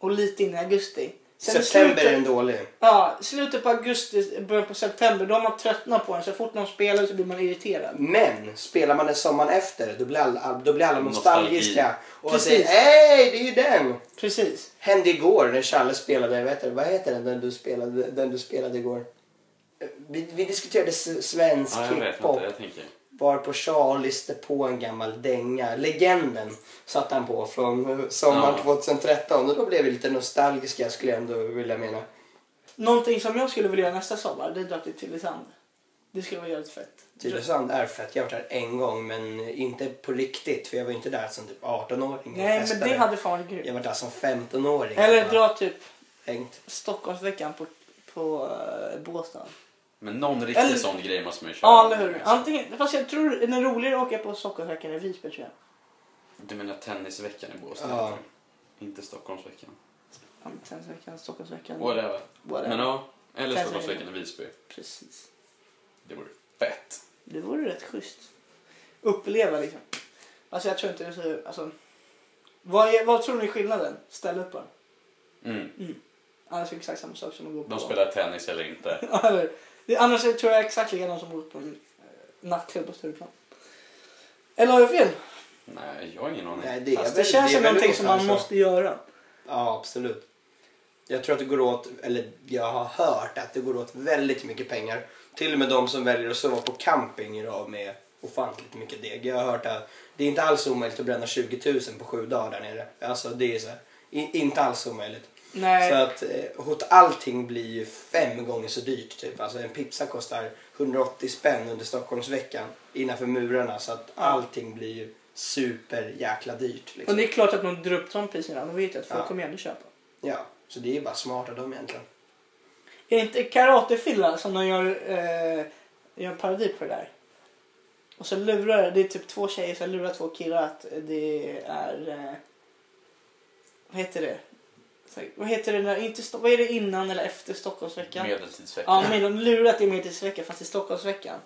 Speaker 3: och lite in i augusti. Sen i
Speaker 1: September är
Speaker 3: slutet-
Speaker 1: den dålig.
Speaker 3: Ja, slutet på augusti, början på september, då har man tröttnat på den. Så fort någon spelar så blir man irriterad.
Speaker 1: Men spelar man den sommaren efter, då blir alla, då blir alla
Speaker 2: Nostalgi.
Speaker 1: nostalgiska. Och
Speaker 3: Precis.
Speaker 1: säger hej, det är ju den!
Speaker 3: Precis.
Speaker 1: hände igår när Challe spelade, vet du, vad heter den, den du spelade, den du spelade igår? Vi, vi diskuterade s- svensk
Speaker 2: Ja, jag vet
Speaker 1: hiphop
Speaker 2: inte, jag tänker.
Speaker 1: varpå Charlie stötte på en gammal dänga. Legenden satte han på från eh, sommaren
Speaker 2: Ja.
Speaker 1: 2013 och då blev vi lite nostalgiska skulle jag ändå vilja mena.
Speaker 3: Någonting som jag skulle vilja göra nästa sommar, det är att dra till Tylösand. Det skulle vara jävligt fett.
Speaker 1: Tylösand är fett. Jag har varit där en gång men inte på riktigt för jag var inte där som typ 18-åring och
Speaker 3: Nej, men
Speaker 1: festade.
Speaker 3: det hade fan varit
Speaker 1: Jag
Speaker 3: grymt.
Speaker 1: var där som 15-åring.
Speaker 3: Eller
Speaker 1: och
Speaker 3: dra typ
Speaker 1: hängt.
Speaker 3: Stockholmsveckan på, på eh, Båstad.
Speaker 2: Men någon riktig
Speaker 3: Eller-
Speaker 2: sån grej måste man ju köra.
Speaker 3: Ja, eller hur? Antingen, fast jag tror den är roligare att åka på Stockholmsveckan i Visby tror jag.
Speaker 2: Du menar tennisveckan i Båstad?
Speaker 1: Ja.
Speaker 2: Inte Stockholmsveckan.
Speaker 3: Ja, men Tennisveckan, Stockholmsveckan.
Speaker 2: Whatever.
Speaker 3: Whatever.
Speaker 2: Men ja, eller
Speaker 3: Kanske
Speaker 2: Stockholmsveckan i Visby.
Speaker 3: Precis.
Speaker 2: Det vore fett.
Speaker 3: Det vore rätt schysst. Uppleva liksom. Alltså jag tror inte det är så... Alltså, vad, är, vad tror ni är skillnaden? Ställ upp bara.
Speaker 2: Mm.
Speaker 3: Annars är det exakt samma sak som att gå på...
Speaker 2: De spelar tennis eller inte.
Speaker 3: Ja, (laughs) eller hur? det, annars är- tror jag exakt likadant som att gå på en eh, nattklubb på Stureplan. Eller har jag fel?
Speaker 2: Nej, jag har ingen aning.
Speaker 1: Nej, det, är
Speaker 3: Fast det
Speaker 1: väl-
Speaker 3: känns
Speaker 1: är
Speaker 3: som
Speaker 1: väl alltså.
Speaker 3: någonting som man
Speaker 1: ungefär så.
Speaker 3: måste göra.
Speaker 1: Ja, absolut. Jag tror att det går åt, eller jag har hört att det går åt väldigt mycket pengar. Till och med de som väljer att sova på camping är av med ofantligt mycket deg. Jag har hört att det är inte alls omöjligt att bränna 20 000 på sju dagar där nere. Alltså det är så här, i- inte alls omöjligt.
Speaker 3: Nej.
Speaker 1: Så att eh, hot- allting blir ju fem gånger så dyrt typ. Alltså en pizza kostar 180 spänn under Stockholmsveckan innanför murarna. Så att allting blir ju super jäkla dyrt.
Speaker 3: Och
Speaker 1: Liksom.
Speaker 3: det är klart att de drar upp de priserna. De vet ju att folk
Speaker 1: Ja.
Speaker 3: kommer ändå köpa.
Speaker 1: Ja, så det är ju bara smart av dem egentligen.
Speaker 3: Är det inte karatefilla som de gör, eh, gör en parodi på det där? Och så lurar det är typ två tjejer som lurar två killar att det är... Eh, vad heter det? Så, här, vad heter det när, inte, Sto- vad är det innan eller efter Stockholmsveckan?
Speaker 2: Medeltidsveckan.
Speaker 3: Ja, men de lurar att det är medeltidsveckan fast i Stockholmsveckan.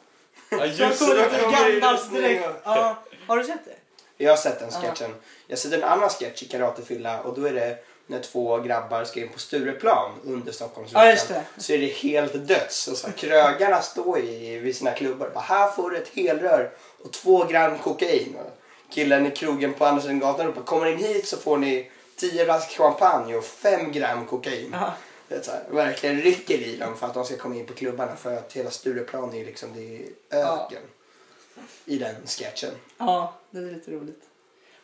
Speaker 2: Ja,
Speaker 3: Så jag
Speaker 2: just
Speaker 3: kommer
Speaker 1: det,
Speaker 3: lite
Speaker 1: kommer det
Speaker 3: Gandalf
Speaker 1: just nu,
Speaker 3: direkt.
Speaker 1: ja.
Speaker 3: Ja, har du sett det?
Speaker 1: Jag har sett den
Speaker 3: Ja.
Speaker 1: sketchen. Jag har sett en annan sketch i Karatefylla och då är det när två grabbar ska in på Stureplan under Stockholmsveckan.
Speaker 3: Ja, just det.
Speaker 1: Så är det helt döds. Och så här, krögarna står i, vid sina klubbar och bara här får du ett helrör och två gram kokain. Och killen i krogen på andra sidan gatan ropar kommer ni hit så får ni 10 flaskor champagne och 5 gram kokain.
Speaker 3: Ja.
Speaker 1: Det är så här, verkligen rycker i dem för att de ska komma in på klubbarna för att hela Stureplan är liksom det är
Speaker 3: Ja.
Speaker 1: öken. I den sketchen.
Speaker 3: Ja, det är lite roligt.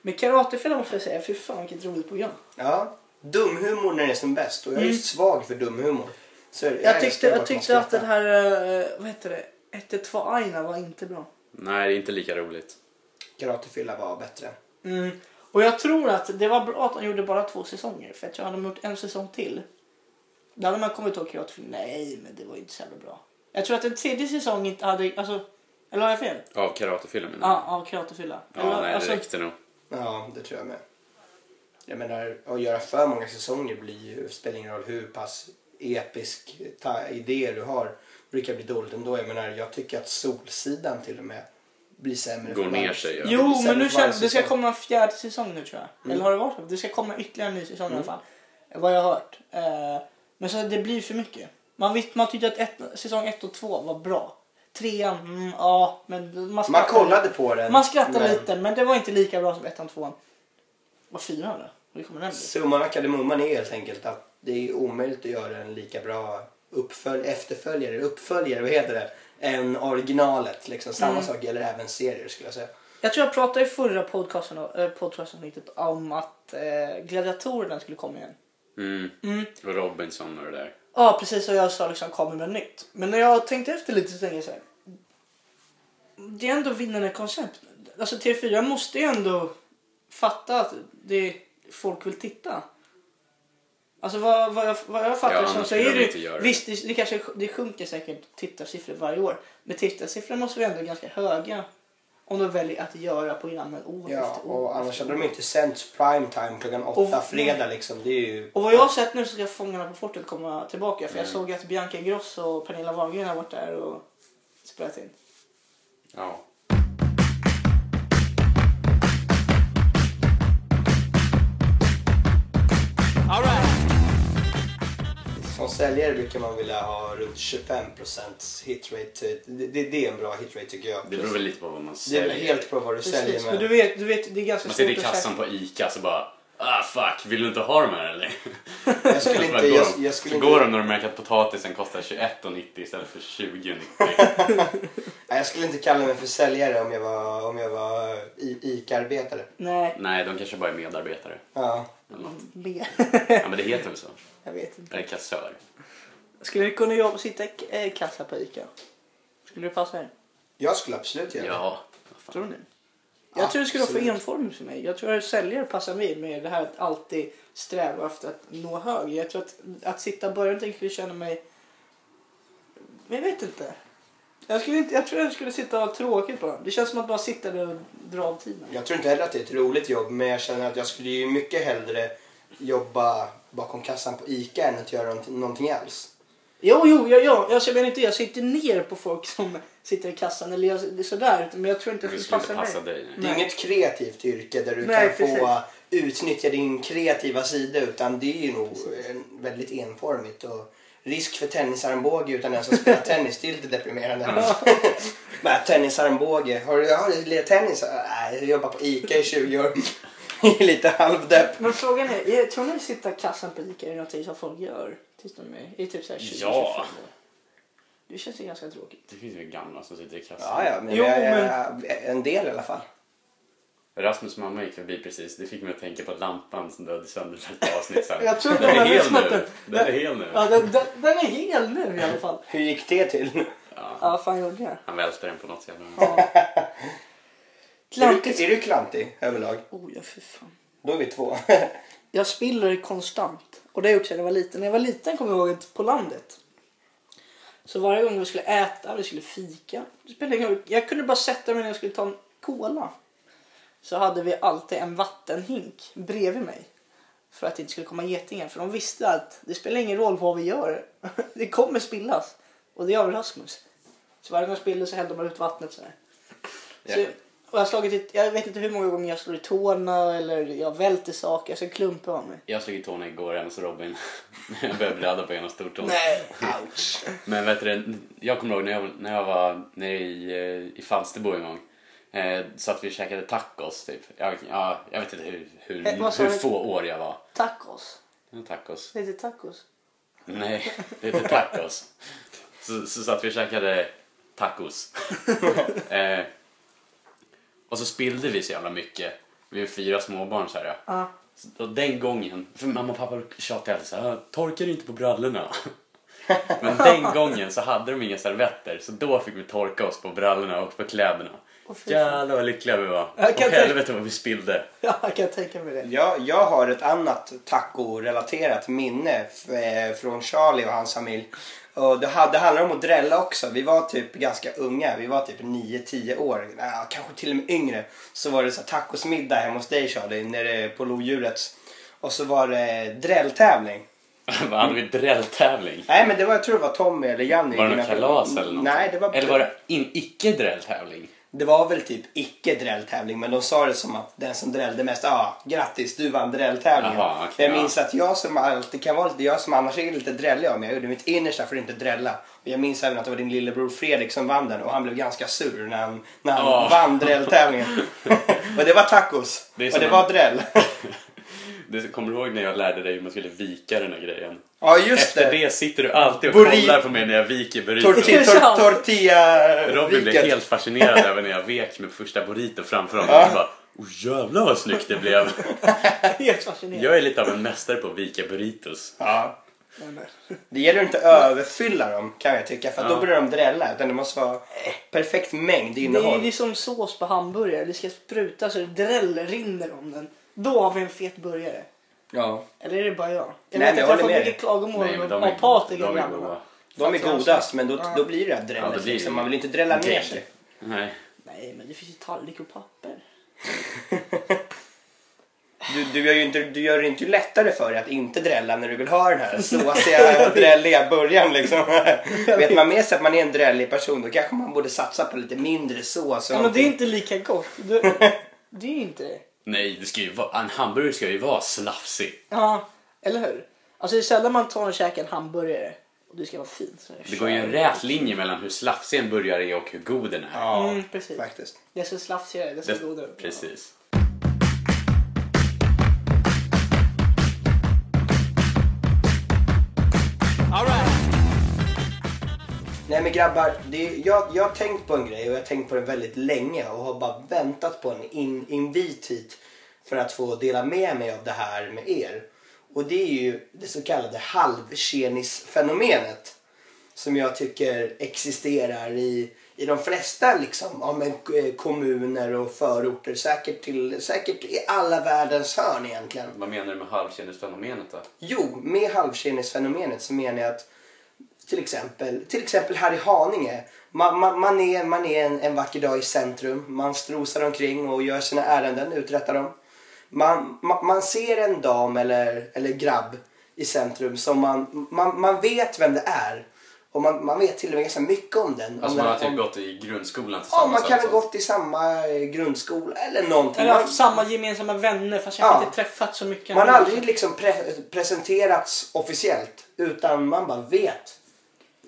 Speaker 3: Men karatefilla måste jag säga, fy fan vilket roligt program.
Speaker 1: Ja, dumhumor när det är som bäst. Och jag är ju
Speaker 3: Mm.
Speaker 1: svag för dumhumor. Så är det.
Speaker 3: Jag tyckte,
Speaker 1: älskar bara
Speaker 3: jag tyckte att
Speaker 1: skratta.
Speaker 3: den här, eh, vad heter det, 112 Aina var inte bra.
Speaker 4: Nej, det är inte lika roligt.
Speaker 1: Karatefylla var bättre.
Speaker 3: Mm. Och jag tror att det var bra att de gjorde bara två säsonger. För att jag hade de gjort en säsong till. Då hade man kommit ihåg Karatefilm. Nej, men det var ju inte så jävla bra. Jag tror att en tredje säsong inte hade, alltså, eller har jag fel?
Speaker 4: Av karatefilmen?
Speaker 3: Ja, av Karatefylla.
Speaker 4: ja
Speaker 3: Eller,
Speaker 4: nej,
Speaker 3: alltså,
Speaker 4: det räckte nog.
Speaker 1: Ja, det tror jag med. Jag menar, att göra för många säsonger blir ju, spelar ingen roll hur pass episk ta- idé du har. brukar bli dåligt ändå. Jag menar, jag tycker att Solsidan till och med blir sämre.
Speaker 4: Går
Speaker 1: för
Speaker 4: ner
Speaker 1: varje-
Speaker 4: sig, ja.
Speaker 1: det blir
Speaker 3: Jo,
Speaker 1: sämre
Speaker 3: men nu
Speaker 1: för varje
Speaker 3: känns det ska
Speaker 1: säsong.
Speaker 3: komma en fjärde säsong nu tror jag. Eller har det varit så? Det ska komma ytterligare en ny säsong i alla fall. Vad jag har hört. Eh, Men så det blir för mycket. Man, visst, man tyckte att ett, säsong 1 och 2 var bra. Trean, mm, ja. Men man,
Speaker 1: Man
Speaker 3: skrattar-
Speaker 1: kollade på den.
Speaker 3: Man skrattade
Speaker 1: men
Speaker 3: lite, men det var inte lika bra som ettan, tvåan. Vad fyran då? Hur kommer den bli?
Speaker 1: Summan av kardemumman är helt enkelt att det är omöjligt att göra en lika bra uppfölj efterföljare, uppföljare, vad heter det? än originalet. Liksom. Samma
Speaker 3: Mm.
Speaker 1: sak gäller även serier skulle jag säga.
Speaker 3: Jag tror jag pratade i förra podcasten, eh, podcastavsnittet om att eh, gladiatorerna skulle komma igen.
Speaker 2: Mm.
Speaker 3: Mm.
Speaker 2: Och Robinson och det där.
Speaker 3: Ja, precis. Och jag sa liksom kommer med nytt. Men när jag tänkte efter lite så tänkte jag så här. Det är ändå vinnande koncept. Alltså TV4 måste ju ändå fatta att det folk vill titta. Alltså vad, vad, jag, vad jag fattar
Speaker 2: Ja,
Speaker 3: som
Speaker 2: annars
Speaker 3: så
Speaker 2: skulle
Speaker 3: är
Speaker 2: de inte
Speaker 3: det,
Speaker 2: göra det.
Speaker 3: visst det, det kanske det sjunker säkert tittarsiffror varje år. Men tittarsiffrorna måste väl ändå vara ganska höga om de väljer att göra programmen år
Speaker 1: Ja,
Speaker 3: efter år.
Speaker 1: och annars
Speaker 3: efter
Speaker 1: hade
Speaker 3: år.
Speaker 1: de inte sänt primetime klockan åtta
Speaker 3: Och-
Speaker 1: fredag liksom. Det är ju...
Speaker 3: Och vad jag har sett nu så ska Fångarna på fortet komma tillbaka. För
Speaker 2: Mm.
Speaker 3: jag såg att Bianca Ingrosso och Pernilla Wahlgren har varit där och spelat in.
Speaker 2: Ja.
Speaker 1: Som säljare brukar man vilja ha runt 25% hitrate. Det, det, det är en bra hitrate tycker jag.
Speaker 2: Det beror väl lite på vad man
Speaker 1: Det är
Speaker 2: säljer.
Speaker 1: väl helt på vad du
Speaker 3: Precis,
Speaker 1: säljer
Speaker 3: men
Speaker 1: med.
Speaker 3: du vet, du vet det är ganska
Speaker 2: Man sitter i
Speaker 3: svårt att
Speaker 2: kassan
Speaker 3: säga.
Speaker 2: på ICA så bara Ah fuck, vill du inte ha dem här eller?
Speaker 1: Jag
Speaker 2: (laughs)
Speaker 1: skulle
Speaker 2: Så bara
Speaker 1: inte...
Speaker 2: går
Speaker 1: Jag,
Speaker 2: de.
Speaker 1: jag
Speaker 2: så
Speaker 1: skulle
Speaker 2: går
Speaker 1: inte,
Speaker 2: de när de märker att potatisen kostar 21,90 istället
Speaker 1: (laughs)
Speaker 2: för 20,90.
Speaker 1: nej, jag skulle inte kalla mig för säljare om jag var, om jag var i- ICA-arbetare.
Speaker 3: Nej,
Speaker 2: Nej, de kanske bara
Speaker 1: (laughs)
Speaker 2: är medarbetare.
Speaker 1: Ja.
Speaker 2: Eller något.
Speaker 3: B.
Speaker 2: Ja men det heter väl så?
Speaker 3: (laughs) jag vet inte.
Speaker 2: Eller kassör.
Speaker 3: Skulle du kunna jobba, sitta i k- eh, kassa på ICA? Skulle du passa dig?
Speaker 1: Jag skulle absolut göra det.
Speaker 2: Ja. vad fan.
Speaker 3: Tror du det? Jag tror det skulle vara för
Speaker 1: Absolut.
Speaker 3: enformigt för mig. Jag tror att säljare passar mig med det här att alltid sträva efter att nå högre. Jag tror att, att sitta i början tänker jag känna mig... Men jag vet inte. Jag, skulle inte, jag tror jag skulle sitta och ha tråkigt bara. Det känns som att bara sitta där och dra av tiden.
Speaker 1: Jag tror inte heller att det är ett roligt jobb men jag känner att jag skulle ju mycket hellre jobba bakom kassan på ICA än att göra nånt- någonting alls.
Speaker 3: Jo, jo, ja, ja. Alltså, jag menar inte jag sitter ner på folk som sitter i kassan eller jag, det är sådär. Men jag tror inte att
Speaker 2: Det
Speaker 3: det
Speaker 2: skulle inte
Speaker 3: passar mig.
Speaker 2: passa dig. nej.
Speaker 1: Det är
Speaker 3: Nej.
Speaker 1: inget kreativt yrke där du
Speaker 3: Nej,
Speaker 1: kan få
Speaker 3: precis.
Speaker 1: utnyttja din kreativa sida utan det är ju nog en- väldigt enformigt. Och risk för tennisarmbåge utan den som
Speaker 3: (laughs)
Speaker 1: spelar tennis, det är lite deprimerande. (laughs) Men tennisarmbåge, har du, har du lirat tennis? Nej, jag jobbar på ICA i 20 år. (laughs) Det är lite halvdepp.
Speaker 3: Men frågan är, jag tror ni sitta i kassan på ICA är någonting som folk gör? Tills de är, är typ såhär 20
Speaker 2: Ja.
Speaker 3: 25 år. Det känns ju ganska tråkigt.
Speaker 2: Det finns ju gamla som sitter i kassan.
Speaker 1: Ja, ja, men,
Speaker 3: Jo,
Speaker 1: jag-
Speaker 3: men-
Speaker 1: jag- en del i alla fall.
Speaker 2: Rasmus mamma gick förbi precis. Det fick mig att tänka på lampan som dödde sönder för ett avsnitt sen.
Speaker 3: (laughs) Jag tror
Speaker 2: den
Speaker 3: de
Speaker 2: är
Speaker 3: har
Speaker 2: hel
Speaker 3: lyssnat
Speaker 2: nu.
Speaker 3: den.
Speaker 2: Den är hel nu.
Speaker 3: Ja, den, den, den är hel nu i alla fall.
Speaker 1: Hur gick det till?
Speaker 3: Ja, vad fan gjorde jag?
Speaker 2: Han välter den på något jävla...
Speaker 3: Ja.
Speaker 1: Är
Speaker 3: Klantigt.
Speaker 1: du, är du klantig överlag?
Speaker 3: Oh, ja, fy fan.
Speaker 1: Då är vi två. (laughs)
Speaker 3: Jag spiller konstant. Och det har jag gjort sedan jag var liten. När jag var liten kommer jag ihåg att på landet. Så varje gång vi skulle äta, vi skulle fika. det spelade ingen roll. Jag kunde bara sätta mig när jag skulle ta en cola. Så hade vi alltid en vattenhink bredvid mig. För att det inte skulle komma getingar. För de visste att det spelar ingen roll vad vi gör. (laughs) Det kommer spillas. Och det gör Rasmus. Så varje gång jag spillde så hällde man ut vattnet så här. Så,
Speaker 2: Ja.
Speaker 3: och jag har slagit i, jag vet inte hur många gånger jag slår i tårna eller jag välter saker. Jag ser klumpar av mig.
Speaker 2: Jag slog i tårna igår hemma hos Robin. (laughs) Jag började blöda på ena stortån.
Speaker 3: Nej.
Speaker 2: Men vet du, det, jag kommer ihåg när jag, när jag var nere i, eh, i Falsterbo en gång. Eh, så att vi käkade tacos typ. Jag, ja, jag vet inte hur, hur,
Speaker 3: Eh, vad sa
Speaker 2: hur
Speaker 3: du?
Speaker 2: få år jag var.
Speaker 3: Tacos.
Speaker 2: Ja, Tacos.
Speaker 3: Det heter tacos.
Speaker 2: Nej, det heter tacos. Så, så satt vi och käkade
Speaker 3: (laughs)
Speaker 2: tacos. eh, och så spillde vi så jävla mycket. Vi är fyra småbarn så här. ja.
Speaker 3: Ja.
Speaker 2: Så- Och den gången, för mamma och pappa tjatade alltid så här, "Ah, torkar du inte på
Speaker 3: (laughs)
Speaker 2: brallorna? Men den gången så hade de inga servetter så då fick vi torka oss på brallorna och på kläderna.
Speaker 3: Och fy fan.
Speaker 2: Jävlar vad lyckliga vi var.
Speaker 3: Jag
Speaker 2: Och
Speaker 3: kan tänka-
Speaker 2: helvete vad vi spillde. (laughs)
Speaker 3: Ja, jag kan tänka mig det.
Speaker 1: Jag, jag har ett annat taco-relaterat minne f- eh, från Charlie och hans familj. Och det, ha- det handlar om att drälla också. Vi var typ ganska unga. Vi var typ 9-10 år. Ja, kanske till och med yngre. Så var det så här tacosmiddag hemma hos dig Charlie, nere på lodjuret. Och så var det drälltävling.
Speaker 2: Vad hade vi drälltävling?
Speaker 1: Nej men det var, jag tror det var Tommy eller Janni.
Speaker 2: Var det något kalas eller något?
Speaker 1: Nej, det var...
Speaker 2: Eller var det in, icke drälltävling?
Speaker 1: Det var väl typ icke drälltävling men de sa det som att den som drällde mest, ja ah, grattis du vann drälltävlingen.
Speaker 2: Jaha, okej,
Speaker 1: jag
Speaker 2: ja.
Speaker 1: minns att jag som alltid kan vara lite, jag som annars är lite drällig av mig, jag gjorde mitt innersta för att inte drälla. Och jag minns även att det var din lillebror Fredrik som vann den och han blev ganska sur när han, när han
Speaker 2: Ja. (laughs)
Speaker 1: vann drälltävlingen. och det var tacos
Speaker 2: Det är
Speaker 1: och
Speaker 2: som
Speaker 1: det
Speaker 2: en-
Speaker 1: var dräll.
Speaker 2: (laughs) Det Du kommer ihåg när jag lärde dig hur man skulle vika den här grejen?
Speaker 1: Ja, just
Speaker 2: Efter
Speaker 1: det.
Speaker 2: det sitter du alltid och
Speaker 1: Burri-
Speaker 2: kollar på mig när jag viker burrito.
Speaker 3: (laughs)
Speaker 1: Torti-
Speaker 3: Det är
Speaker 1: tor-
Speaker 3: sant.
Speaker 2: Robin blev
Speaker 1: Tortilla-viket.
Speaker 2: helt
Speaker 1: (laughs)
Speaker 2: fascinerad över när jag vek med första burrito framför honom. Och bara, oh, jävlar vad snyggt det blev.
Speaker 1: (laughs)
Speaker 3: Helt fascinerad.
Speaker 2: Jag är lite av en mästare på att vika burritos.
Speaker 1: Ja.
Speaker 3: Nej, nej.
Speaker 1: Det gäller att inte överfylla dem kan jag tycka för att då
Speaker 2: Ja.
Speaker 1: börjar de drälla. Utan det måste vara perfekt mängd
Speaker 3: Eh. Det är ju
Speaker 1: innehåll.
Speaker 3: det är som sås på hamburgare. Det ska spruta så det dräller, rinner om den. Då har vi en fet burgare.
Speaker 1: Ja.
Speaker 3: Eller är det bara jag? Jag
Speaker 1: Nej, men
Speaker 3: vet
Speaker 1: jag
Speaker 3: inte, jag
Speaker 1: håller
Speaker 3: får
Speaker 1: med
Speaker 3: mycket
Speaker 1: dig.
Speaker 3: klagomål
Speaker 2: Nej, men de
Speaker 3: om
Speaker 2: är,
Speaker 3: Patrik och
Speaker 2: de är goda.
Speaker 3: grabbarna.
Speaker 1: De är
Speaker 3: Fattar jag.
Speaker 1: godast men då,
Speaker 3: Ja.
Speaker 1: då blir det här
Speaker 2: Ja, det
Speaker 1: drället.
Speaker 2: blir
Speaker 1: liksom.
Speaker 2: det.
Speaker 1: Man vill inte drälla ner
Speaker 2: Dräll.
Speaker 1: sig.
Speaker 2: Nej.
Speaker 3: Nej, men det finns ju tallrik och papper.
Speaker 1: Du, du, gör ju inte, du gör det inte lättare för dig att inte drälla när du vill ha den
Speaker 3: (laughs)
Speaker 1: här såsiga, drälliga början. Liksom. Vet man med sig att man är en drällig person då kanske man borde satsa på lite mindre sås. och
Speaker 3: Ja, men det är
Speaker 1: någonting.
Speaker 3: inte lika gott.
Speaker 1: (laughs)
Speaker 3: Du, det är ju inte det.
Speaker 2: Nej, det ska ju vara, en hamburgare ska ju vara slafsig.
Speaker 3: Ja, eller hur? Alltså det är sällan man tar och käkar en hamburgare och det ska vara fint. Så
Speaker 2: Det går ju en rät linje mellan hur slafsig en burgare är och hur god den är.
Speaker 1: Ja,
Speaker 3: Mm, precis.
Speaker 1: faktiskt.
Speaker 3: Desto slafsigare, desto
Speaker 2: Det-
Speaker 3: godare.
Speaker 2: Precis.
Speaker 1: Nej men grabbar, det är, jag, jag har tänkt på en grej och jag har tänkt på den väldigt länge och har bara väntat på en in, invit hit för att få dela med mig av det här med er. Och det är ju det så kallade halvtjenis-fenomenet som jag tycker existerar i, i de flesta liksom, ja, men, eh, kommuner och förorter. Säkert, till, säkert i alla världens hörn egentligen.
Speaker 2: Vad menar du med halvkändisfenomenet då?
Speaker 1: Jo, med halvkinnesfenomenet så menar jag att till exempel, till exempel här i Haninge. Man, man, man är, man är en, en vacker dag i centrum. Man strosar omkring och gör sina ärenden, uträttar dem. Man, man, man ser en dam eller, eller grabb i centrum som man, man, man vet vem det är. Och man, man vet till och med ganska mycket om den.
Speaker 2: Alltså
Speaker 1: om
Speaker 2: man har
Speaker 1: den-
Speaker 2: typ
Speaker 1: om-
Speaker 2: gått i grundskolan
Speaker 1: Ja,
Speaker 2: tillsammans.
Speaker 1: man kan ha
Speaker 2: alltså.
Speaker 1: gått i samma eh, grundskola eller någonting.
Speaker 3: Eller
Speaker 1: Man,
Speaker 3: haft samma gemensamma vänner fast jag
Speaker 1: Ja.
Speaker 3: har inte träffat så mycket.
Speaker 1: man har aldrig liksom pre- presenterats officiellt utan man bara vet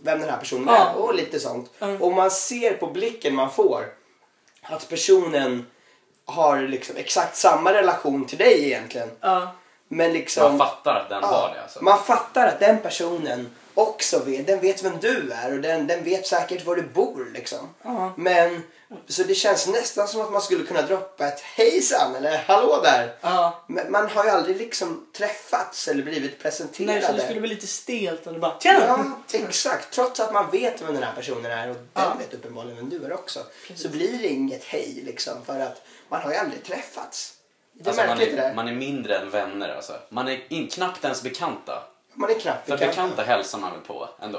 Speaker 1: vem den här personen
Speaker 3: Ja.
Speaker 1: är och lite sånt.
Speaker 3: Mm.
Speaker 1: Och man ser på blicken man får att personen har liksom exakt samma relation till dig egentligen.
Speaker 3: Ja.
Speaker 1: Men liksom...
Speaker 2: Man fattar att den
Speaker 1: Ja,
Speaker 2: har det alltså.
Speaker 1: Man fattar att den personen också vet, den vet vem du är och den, den vet säkert var du bor liksom.
Speaker 3: Ja.
Speaker 1: Men, så det känns nästan som att man skulle kunna droppa ett hejsan eller hallå där.
Speaker 3: Ja.
Speaker 1: Men man har ju aldrig liksom träffats eller blivit presenterade.
Speaker 3: Nej, så det skulle bli lite stelt och det bara tjena!
Speaker 1: Ja, exakt. Trots att man vet vem den här personen är och den
Speaker 3: Ja.
Speaker 1: vet uppenbarligen vem du är också. Så blir det inget hej liksom för att man har ju aldrig träffats. Det är
Speaker 2: Alltså, man,
Speaker 1: märkligt det där.
Speaker 2: är, man är mindre än vänner alltså. Man är in, knappt ens bekanta.
Speaker 1: Man är knappt
Speaker 2: För bekanta hälsar man väl på ändå.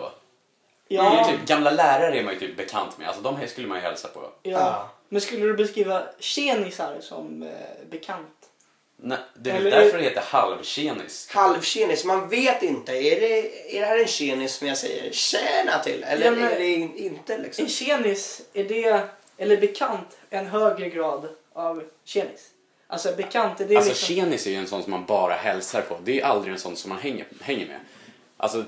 Speaker 2: Det är
Speaker 3: Ja.
Speaker 2: ju typ, gamla lärare är man ju typ bekant med. Alltså de här skulle man ju hälsa på.
Speaker 1: Ja.
Speaker 3: ja. Men skulle du beskriva tjenisar som eh, bekant?
Speaker 2: Nej, det är väl
Speaker 3: Eller-
Speaker 2: därför det heter halvtjenis.
Speaker 1: halvtjenis. Man vet inte. Är det, är det här en tjenis som jag säger tjena till? Eller
Speaker 3: Ja, men-
Speaker 1: är det in, inte liksom?
Speaker 3: En tjenis, är det, eller bekant, en högre grad av tjenis? Alltså bekant, är det
Speaker 2: Alltså
Speaker 3: liksom...
Speaker 2: tjenis är ju en sån som man bara hälsar på. Det är ju aldrig en sån som man hänger, hänger med. Alltså,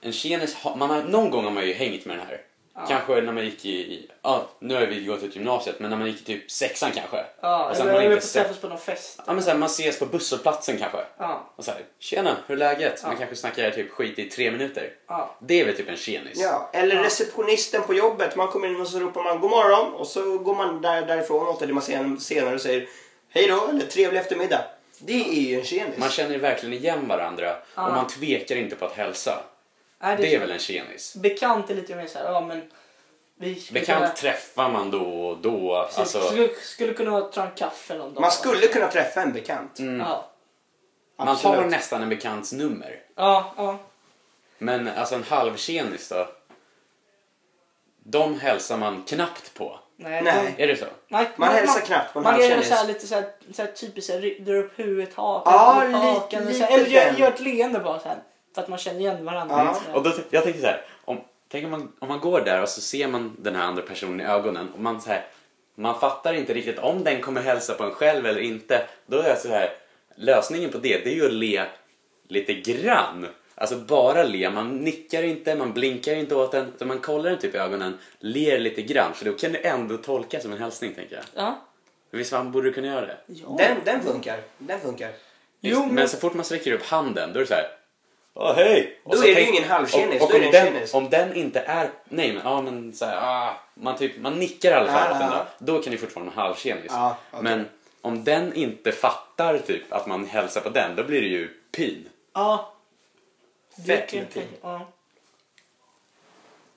Speaker 2: en tjenis, har- man har, någon gång har man ju hängt med den här. Kanske när man gick i, i ja, nu har vi gått ut gymnasiet, men när man gick i typ sexan kanske.
Speaker 3: Ja,
Speaker 2: Och sen
Speaker 3: eller
Speaker 2: har alltså, man
Speaker 3: eller på
Speaker 2: inte sett-
Speaker 3: träffas på någon fest.
Speaker 2: Ja men så här, man ses på busshållplatsen kanske.
Speaker 3: Ja.
Speaker 2: Och så här, tjena, hur är läget? Man kanske snackar typ skit i tre minuter.
Speaker 3: Ja.
Speaker 2: Det är väl typ en tjenis?
Speaker 1: Ja, eller receptionisten på jobbet. Man kommer in och så ropar man god morgon och så går man där, därifrån åt det man sen- senare och säger hej då eller trevlig eftermiddag. Det är ju en tjenis.
Speaker 2: Man känner ju verkligen igen varandra och
Speaker 3: Ja.
Speaker 2: man tvekar inte på att hälsa.
Speaker 3: Nej,
Speaker 2: Det är väl en tjenis?
Speaker 3: Bekant är lite mer såhär, ja men... Vi skulle
Speaker 2: Bekant
Speaker 3: kunna-
Speaker 2: träffar man då och då. Alltså,
Speaker 3: skulle, skulle kunna ta en kaffe någon dag.
Speaker 1: Man skulle kunna träffa en bekant.
Speaker 2: Mm.
Speaker 3: Ja.
Speaker 2: man
Speaker 1: Absolut.
Speaker 2: tar nästan en bekants nummer.
Speaker 3: Ja, ja.
Speaker 2: Men alltså en halvtjenis då? De hälsar man knappt på.
Speaker 3: Nej.
Speaker 1: Nej.
Speaker 2: Är det så?
Speaker 3: Man,
Speaker 1: Man hälsar knappt på en
Speaker 3: Man gör
Speaker 1: halvtjenis.
Speaker 3: så här lite så här, så här typiskt så här, ry- drar upp huvudet, hakan,
Speaker 1: Ja,
Speaker 3: mot hakan.
Speaker 1: lite-
Speaker 3: och så här,
Speaker 1: lite
Speaker 3: eller gör,
Speaker 1: den.
Speaker 3: gör ett leende bara så här. För att man känner igen varandra.
Speaker 1: Ja.
Speaker 3: Så här.
Speaker 2: Och då, jag tänker så här, om, tänk om man, om man går där och så ser man den här andra personen i ögonen och man så här, man fattar inte riktigt om den kommer hälsa på en själv eller inte. Då är jag så här, lösningen på det, det är ju att le lite grann. Alltså bara le, man nickar inte, man blinkar inte åt den, utan man kollar den typ i ögonen, ler lite grann, för då kan det ändå tolkas som en hälsning tänker jag.
Speaker 3: Ja.
Speaker 2: Visst man borde kunna göra det?
Speaker 3: Ja.
Speaker 1: Den, den funkar. Den funkar.
Speaker 3: Jo,
Speaker 2: men...
Speaker 3: men-
Speaker 2: så fort man sträcker upp handen då är det så här. Åh hej!
Speaker 1: Då är
Speaker 2: så
Speaker 1: det ju
Speaker 2: tänk-
Speaker 1: ingen halvtjenis,
Speaker 2: Och, och
Speaker 1: då är det
Speaker 2: om,
Speaker 1: en
Speaker 2: den,
Speaker 1: tjenis.
Speaker 2: om den inte är... Nej men, ja men så här, ah, man, typ, man nickar i alla fall
Speaker 1: Ja,
Speaker 2: åt
Speaker 1: ja,
Speaker 2: den
Speaker 1: ja.
Speaker 2: då. Då kan det fortfarande vara en halvtjenis.
Speaker 1: Ah. Ja, okej.
Speaker 2: Men om den inte fattar typ att man hälsar på den, då blir det ju pin.
Speaker 3: Ja.
Speaker 1: Fett
Speaker 3: Det-
Speaker 1: med pin.
Speaker 3: Ja.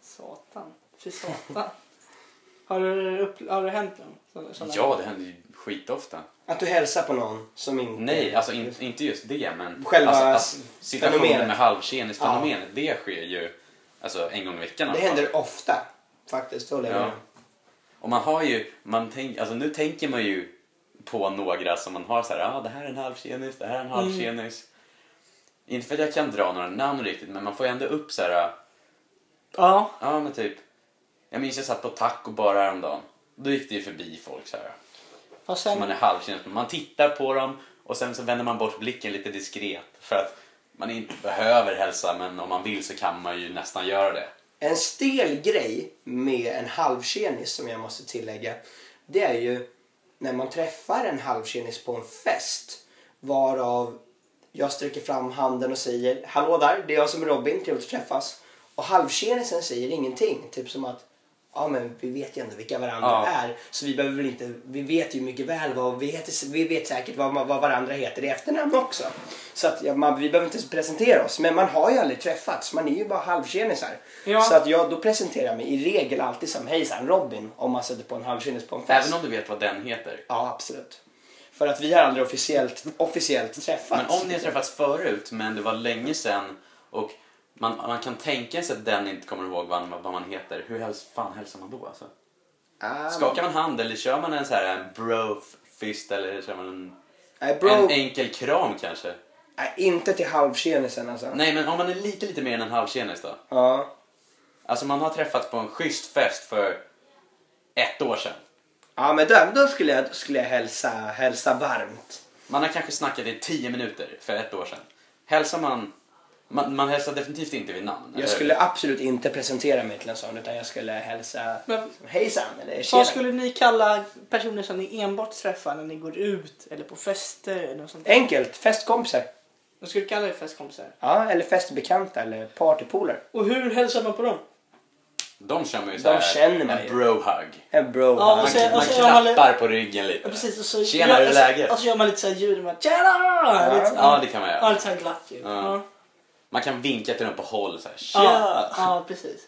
Speaker 3: Satan. Fy satan. (laughs) har, du upp, har det hänt någon? sån- sån här-
Speaker 2: Ja, det händer ju skitofta.
Speaker 1: Att du hälsar på någon som inte...
Speaker 2: Nej, alltså in, inte just det men...
Speaker 1: Själva
Speaker 2: alltså, alltså, situationen
Speaker 1: fenomenet.
Speaker 2: med halvtjenis-fenomenet, det sker ju alltså, en gång i veckan i
Speaker 1: Det
Speaker 2: alla fall.
Speaker 1: händer ofta faktiskt. Då lever
Speaker 2: Ja.
Speaker 1: jag.
Speaker 2: Och man har ju, man tänk, alltså nu tänker man ju på några som man har så här, ah, det här är en halvtjenis, det här är en halvtjenis. Inte för att jag kan dra några namn riktigt, men man får ju ändå upp så här,
Speaker 3: Ja.
Speaker 2: ja men typ, jag minns jag satt på taco bara häromdagen. Då gick det ju förbi folk så här,
Speaker 3: Fast
Speaker 2: som man
Speaker 3: sen,
Speaker 2: är halvtjenis med. Man tittar på dem och sen så vänder man bort blicken lite diskret för att man inte behöver hälsa, men om man vill så kan man ju nästan göra det.
Speaker 1: En stel grej med en halvtjenis som jag måste tillägga. Det är ju när man träffar en halvtjenis på en fest. Varav jag sträcker fram handen och säger Hallå där, det är jag som är Robin, trevligt att träffas. Och halvtjenisen säger ingenting. Typ som att Ja men vi vet ju ändå vilka varandra
Speaker 2: Ja.
Speaker 1: är. Så vi behöver väl inte, vi vet ju mycket väl vad, vi, heter, vi vet säkert vad, vad varandra heter i efternamn också. Så att ja, man, vi behöver inte ens presentera oss. Men man har ju aldrig träffats, man är ju bara halvtjenisar.
Speaker 3: Ja.
Speaker 1: Så att jag, då presenterar jag mig i regel alltid som hejsan Robin om man sätter på en halvtjenis på en fest.
Speaker 2: Även om du vet vad den heter.
Speaker 1: Ja absolut. För att vi har aldrig officiellt, officiellt
Speaker 2: Men
Speaker 1: träffats.
Speaker 2: om ni har träffats förut men det var länge sedan och man, man kan tänka sig att den inte kommer ihåg vad, vad man heter. Hur häls, fan hälsar man då alltså?
Speaker 1: ah,
Speaker 2: Skakar man hand eller kör man en så här en bro fist eller kör man en,
Speaker 1: Nej bro,
Speaker 2: en enkel kram kanske?
Speaker 1: nej, inte till halvtjenisen alltså.
Speaker 2: Nej men om man är lite lite mer än en halvtjenis då?
Speaker 1: Ja.
Speaker 2: Alltså man har träffats på en schysst fest för ett år sedan.
Speaker 1: Ja men där, då skulle jag, då skulle jag hälsa, hälsa varmt.
Speaker 2: Man har kanske snackat i tio minuter för ett år sedan. Hälsar man... Man, man hälsar definitivt inte vid namn. eller
Speaker 1: Jag
Speaker 2: hur?
Speaker 1: skulle absolut inte presentera mig till en sån utan jag skulle hälsa liksom,
Speaker 3: Men-
Speaker 1: hejsan eller tjena.
Speaker 3: vad skulle ni kalla personer som ni enbart träffar när ni går ut eller på fester eller något sånt?
Speaker 1: Enkelt, festkompisar.
Speaker 3: Jag skulle kalla er festkompisar.
Speaker 1: Ja, eller festbekanta eller partypolare.
Speaker 3: Och hur hälsar man på dem?
Speaker 2: De känner man ju
Speaker 1: De
Speaker 2: så här,
Speaker 1: känner man
Speaker 2: en
Speaker 1: ju.
Speaker 2: bro-hug.
Speaker 1: En bro.
Speaker 3: Ja,
Speaker 1: hug.
Speaker 3: och sen-
Speaker 2: Man
Speaker 3: Alltså, jag har li-
Speaker 2: klappar på ryggen lite.
Speaker 3: Ja, precis, och så, alltså-
Speaker 2: Tjena, hur är
Speaker 3: och så-
Speaker 2: läget?
Speaker 3: Och så gör man lite såhär ljud. Man, Tjena! Ja. Lite,
Speaker 2: Ja, det kan man
Speaker 3: ja,
Speaker 2: göra.
Speaker 3: lite såhär glatt ljud.
Speaker 2: Ja.
Speaker 3: Ja.
Speaker 2: Man kan vinka till dem på håll så här. Tja!
Speaker 3: Ja. ja, precis.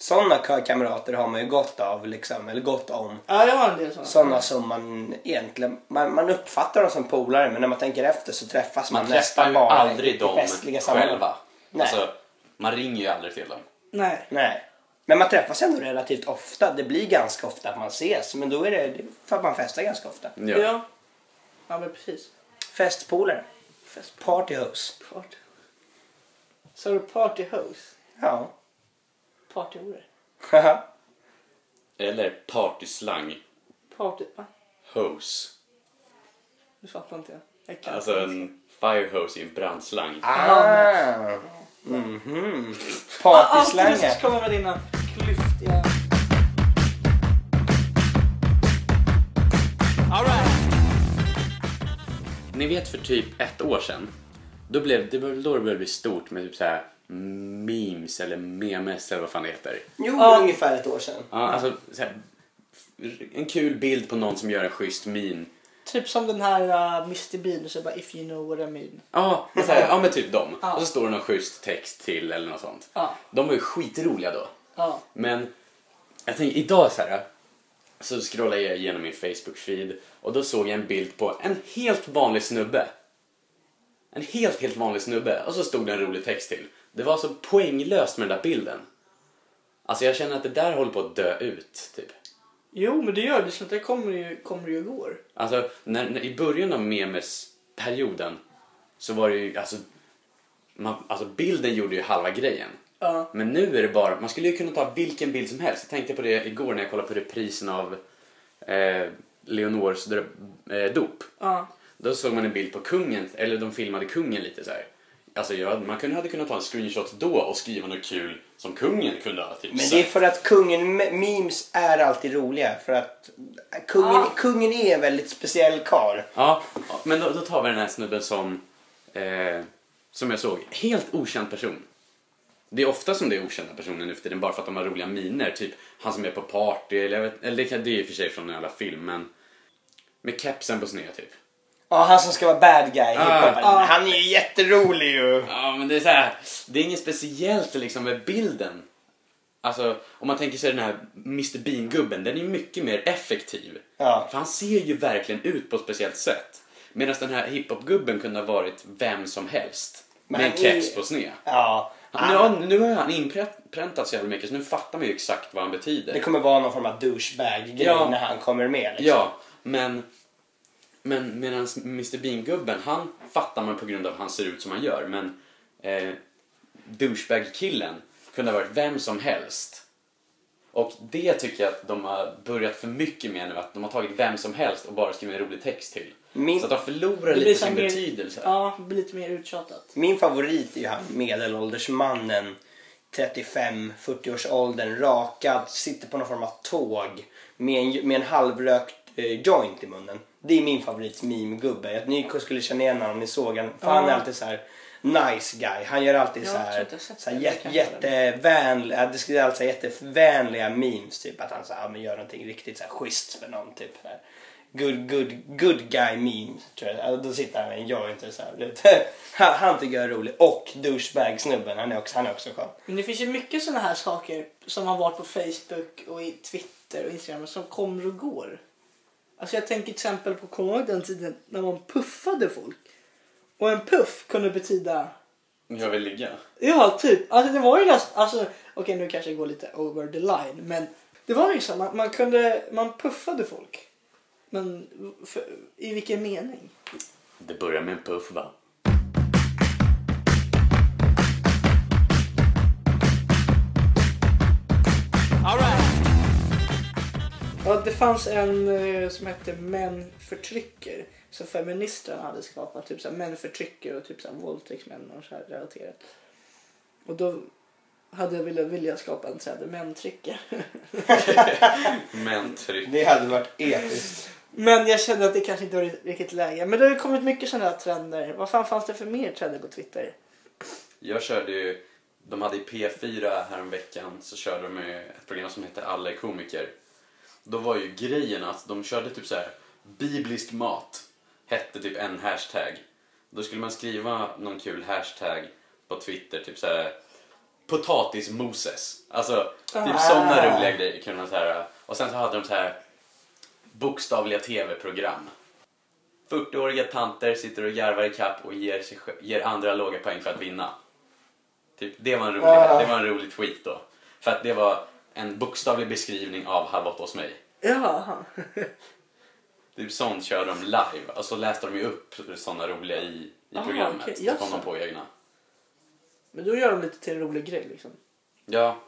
Speaker 1: Sådana k- kamrater har man ju gott av liksom, eller gott om.
Speaker 3: Ja, jag har en del sådana.
Speaker 1: Sådana som man egentligen, man, man uppfattar dem som polare men när man tänker efter så träffas man,
Speaker 2: Man
Speaker 1: nästan
Speaker 2: träffar ju
Speaker 1: bara
Speaker 2: aldrig
Speaker 1: i
Speaker 2: dem
Speaker 1: festliga sammanhang.
Speaker 2: själva.
Speaker 1: Nej.
Speaker 2: Alltså, man ringer ju aldrig till dem.
Speaker 3: Nej.
Speaker 1: Nej. Men man träffas ändå relativt ofta. Det blir ganska ofta att man ses. Men då är det det är för att man festar ganska ofta.
Speaker 3: Ja. ja. men precis.
Speaker 1: Festpolare. Fest partyhose.
Speaker 3: Party. Så du party hoes?
Speaker 1: (laughs) Ja.
Speaker 3: Partyhoror?
Speaker 2: Ah. Eller partyslang.
Speaker 3: Party... Va?
Speaker 2: Hose.
Speaker 3: Nu fattar inte jag. jag kan
Speaker 2: Alltså
Speaker 3: inte.
Speaker 2: en firehose är en brandslang.
Speaker 1: ah. Mhm.
Speaker 3: Alltid du
Speaker 1: Partyslangen.
Speaker 3: ska komma med dina klyftiga...
Speaker 2: Ni vet för typ ett år sedan, då, blev, det var då det började bli stort med typ så här memes eller memes eller vad fan det heter.
Speaker 1: Jo,
Speaker 3: Ja.
Speaker 1: ungefär ett år sedan.
Speaker 2: Ja, alltså, så här, en kul bild på någon som gör en schysst min.
Speaker 3: Typ som den här uh, Mr Bean, så bara if you know what I mean.
Speaker 2: Ja, men så här, ja men typ dem.
Speaker 3: Ja.
Speaker 2: Och så står det någon schysst text till eller något sånt.
Speaker 3: Ja.
Speaker 2: De var ju skitroliga då.
Speaker 3: Ja.
Speaker 2: Men jag tänker idag så här så scrollade jag igenom min Facebook-feed och då såg jag en bild på en helt vanlig snubbe. En helt, helt vanlig snubbe. Och så stod det en rolig text till. Det var så poänglöst med den där bilden. Alltså jag känner att det där håller på att dö ut, typ.
Speaker 3: Jo, men det gör det. Sånt där kommer ju, kommer ju och går.
Speaker 2: Alltså, när, när, i början av memesperioden så var det ju, alltså, man, alltså bilden gjorde ju halva grejen.
Speaker 3: Ja.
Speaker 2: Men nu är det bara, man skulle ju kunna ta vilken bild som helst. Jag tänkte på det igår när jag kollade på reprisen av eh, Leonors drö- eh, dop.
Speaker 3: Ja.
Speaker 2: Då såg man en bild på kungen, eller de filmade kungen lite så här. Alltså jag, man kunde, hade kunnat ta en screenshot då och skriva något kul som kungen kunde ha typ
Speaker 1: Men det är
Speaker 2: sagt.
Speaker 1: för att kungen, memes är alltid roliga. För att kungen,
Speaker 3: Ah.
Speaker 1: kungen är en väldigt speciell karl.
Speaker 2: Ja, ja, men då, då tar vi den här snubben som, eh, som jag såg. Helt okänd person. Det är ofta som det är okända personer nu för tiden bara för att de har roliga miner. Typ han som är på party, eller, jag vet, eller det, kan, det är i och för sig från den jävla filmen. Med kepsen på sned typ.
Speaker 1: Ja, han som ska vara bad guy. i
Speaker 2: Ah.
Speaker 1: hiphopen.
Speaker 3: Ah.
Speaker 1: Han är ju jätterolig ju.
Speaker 2: Ja, men det är så här, det är inget speciellt liksom med bilden. Alltså, om man tänker sig den här Mr Bean-gubben, den är ju mycket mer effektiv.
Speaker 1: Ja.
Speaker 2: För han ser ju verkligen ut på ett speciellt sätt. Medan den här hiphop-gubben kunde ha varit vem som helst.
Speaker 1: Men
Speaker 2: med en
Speaker 1: han är-
Speaker 2: keps på sned.
Speaker 1: Ja.
Speaker 2: Han, nu, har- nu har han inpräntat så jävla mycket så nu fattar man ju exakt vad han betyder.
Speaker 1: Det kommer vara någon form av douchebag-grej
Speaker 2: Ja.
Speaker 1: när han kommer med. Liksom.
Speaker 2: Ja, men, men medan Mr Bean-gubben, han fattar man på grund av att han ser ut som han gör. Men eh, douchebag-killen kunde ha varit vem som helst. Och det tycker jag att de har börjat för mycket med nu. Att de har tagit vem som helst och bara skrivit en rolig text till.
Speaker 1: Min,
Speaker 2: Så att de förlorar
Speaker 3: blir
Speaker 2: lite
Speaker 3: så
Speaker 2: sin
Speaker 3: mer-
Speaker 2: betydelse.
Speaker 3: Ja, det blir lite mer uttjatat.
Speaker 1: min favorit är ju han medelålders mannen. 35-40 års åldern, rakad, sitter på någon form av tåg med en, med en halvrökt eh, joint i munnen. Det är min favorit meme-gubbe. Att ni skulle känna igen honom om ni såg honom. För han är
Speaker 3: Ja.
Speaker 1: alltid så här nice guy. Han gör alltid
Speaker 3: Jag
Speaker 1: så
Speaker 3: tror
Speaker 1: här,
Speaker 3: inte jag har sett
Speaker 1: så här
Speaker 3: det.
Speaker 1: jä-
Speaker 3: Det kan jag
Speaker 1: jättevänliga, det skulle alltså jättevänliga memes. Typ att han så här, ja, men gör någonting riktigt så här schysst för någon. Typ, så här. Good, good, good guy meme. Tror jag. Alltså, Då sitter han med en joint och så här. lite- (laughs) Han, han tycker jag är rolig. Och douchebag-snubben, han är också, han är också skön.
Speaker 3: Men det finns ju mycket sådana här saker som har varit på Facebook och i Twitter och Instagram som kommer och går. Alltså jag tänker till exempel på, kommer du ihåg den tiden när man puffade folk? Och en puff kunde betyda
Speaker 2: Jag vill ligga.
Speaker 3: Ja, typ. Alltså det var ju nästan... Alltså, Okej, nu kanske jag går lite over the line. Men det var ju så. Man, man kunde... Man puffade folk. Men för, i vilken mening?
Speaker 2: Det börjar med en puff va?
Speaker 3: Ja, det fanns en eh, som hette Män förtrycker. Som feministerna hade skapat. Typ så här, män förtrycker och typ så här, våldtäktsmän och så här relaterat. Och då hade jag velat vilja skapa en träd män trycker.
Speaker 2: Men tryck.
Speaker 1: Det hade varit episkt.
Speaker 3: Men jag kände att det kanske inte var riktigt läge. Men det har ju kommit mycket sådana här trender. Vad fan fanns det för mer trender på Twitter?
Speaker 2: Jag körde ju, de hade i P4 häromveckan så körde de ju ett program som hette Alla är komiker. Då var ju grejen att de körde typ så här biblisk mat hette typ en hashtag. Då skulle man skriva någon kul hashtag på Twitter, typ så här potatismoses. Alltså typ
Speaker 3: Ah.
Speaker 2: sådana roliga grejer kunde man så här. Och sen så hade de så här bokstavliga tv-program. 40-åriga tanter sitter och garvar i kapp och ger, sig, sj- ger andra låga poäng för att vinna. Typ, det, var en rolig,
Speaker 1: Ah.
Speaker 2: det var en rolig tweet då. För att det var en bokstavlig beskrivning av Halv åtta hos mig.
Speaker 3: Jaha.
Speaker 2: Typ sånt kör de live. Och så läste de ju upp sådana roliga i, i
Speaker 3: Ah,
Speaker 2: programmet.
Speaker 3: okej.
Speaker 2: Då kom
Speaker 3: Jaså.
Speaker 2: de på egna.
Speaker 3: Men då gör de lite till en rolig grej liksom.
Speaker 2: Ja.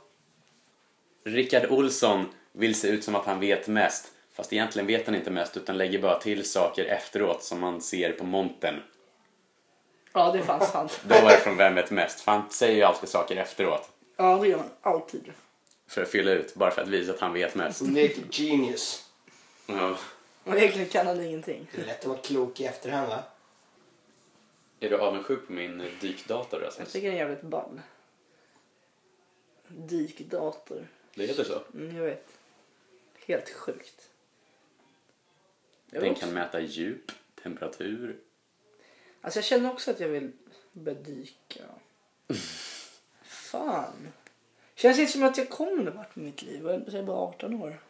Speaker 2: Rickard Olsson vill se ut som att han vet mest. Fast egentligen vet han inte mest utan lägger bara till saker efteråt som man ser på montern.
Speaker 3: Ja, det fanns sant.
Speaker 2: Då är det från Vem vet mest? För han säger ju alltid saker efteråt.
Speaker 3: Ja, det gör man alltid.
Speaker 2: För att fylla ut, bara för att visa att han vet mest.
Speaker 1: Det är genius.
Speaker 2: Ja.
Speaker 3: Och egentligen kan han ingenting.
Speaker 1: Det är lätt att vara klok i efterhand va?
Speaker 2: Är du avundsjuk på min dykdator
Speaker 3: Jag
Speaker 2: Rasmus?
Speaker 3: tycker den är jävligt ball. Dykdator.
Speaker 2: Det heter så.
Speaker 3: Mm, jag vet. Helt sjukt. Jag
Speaker 2: Den
Speaker 3: också-
Speaker 2: kan mäta djup, temperatur.
Speaker 3: Alltså jag känner också att jag vill börja
Speaker 2: (laughs)
Speaker 3: dyka. Fan. Känns inte som att jag kommer någon vart med mitt liv. Jag är bara 18 år.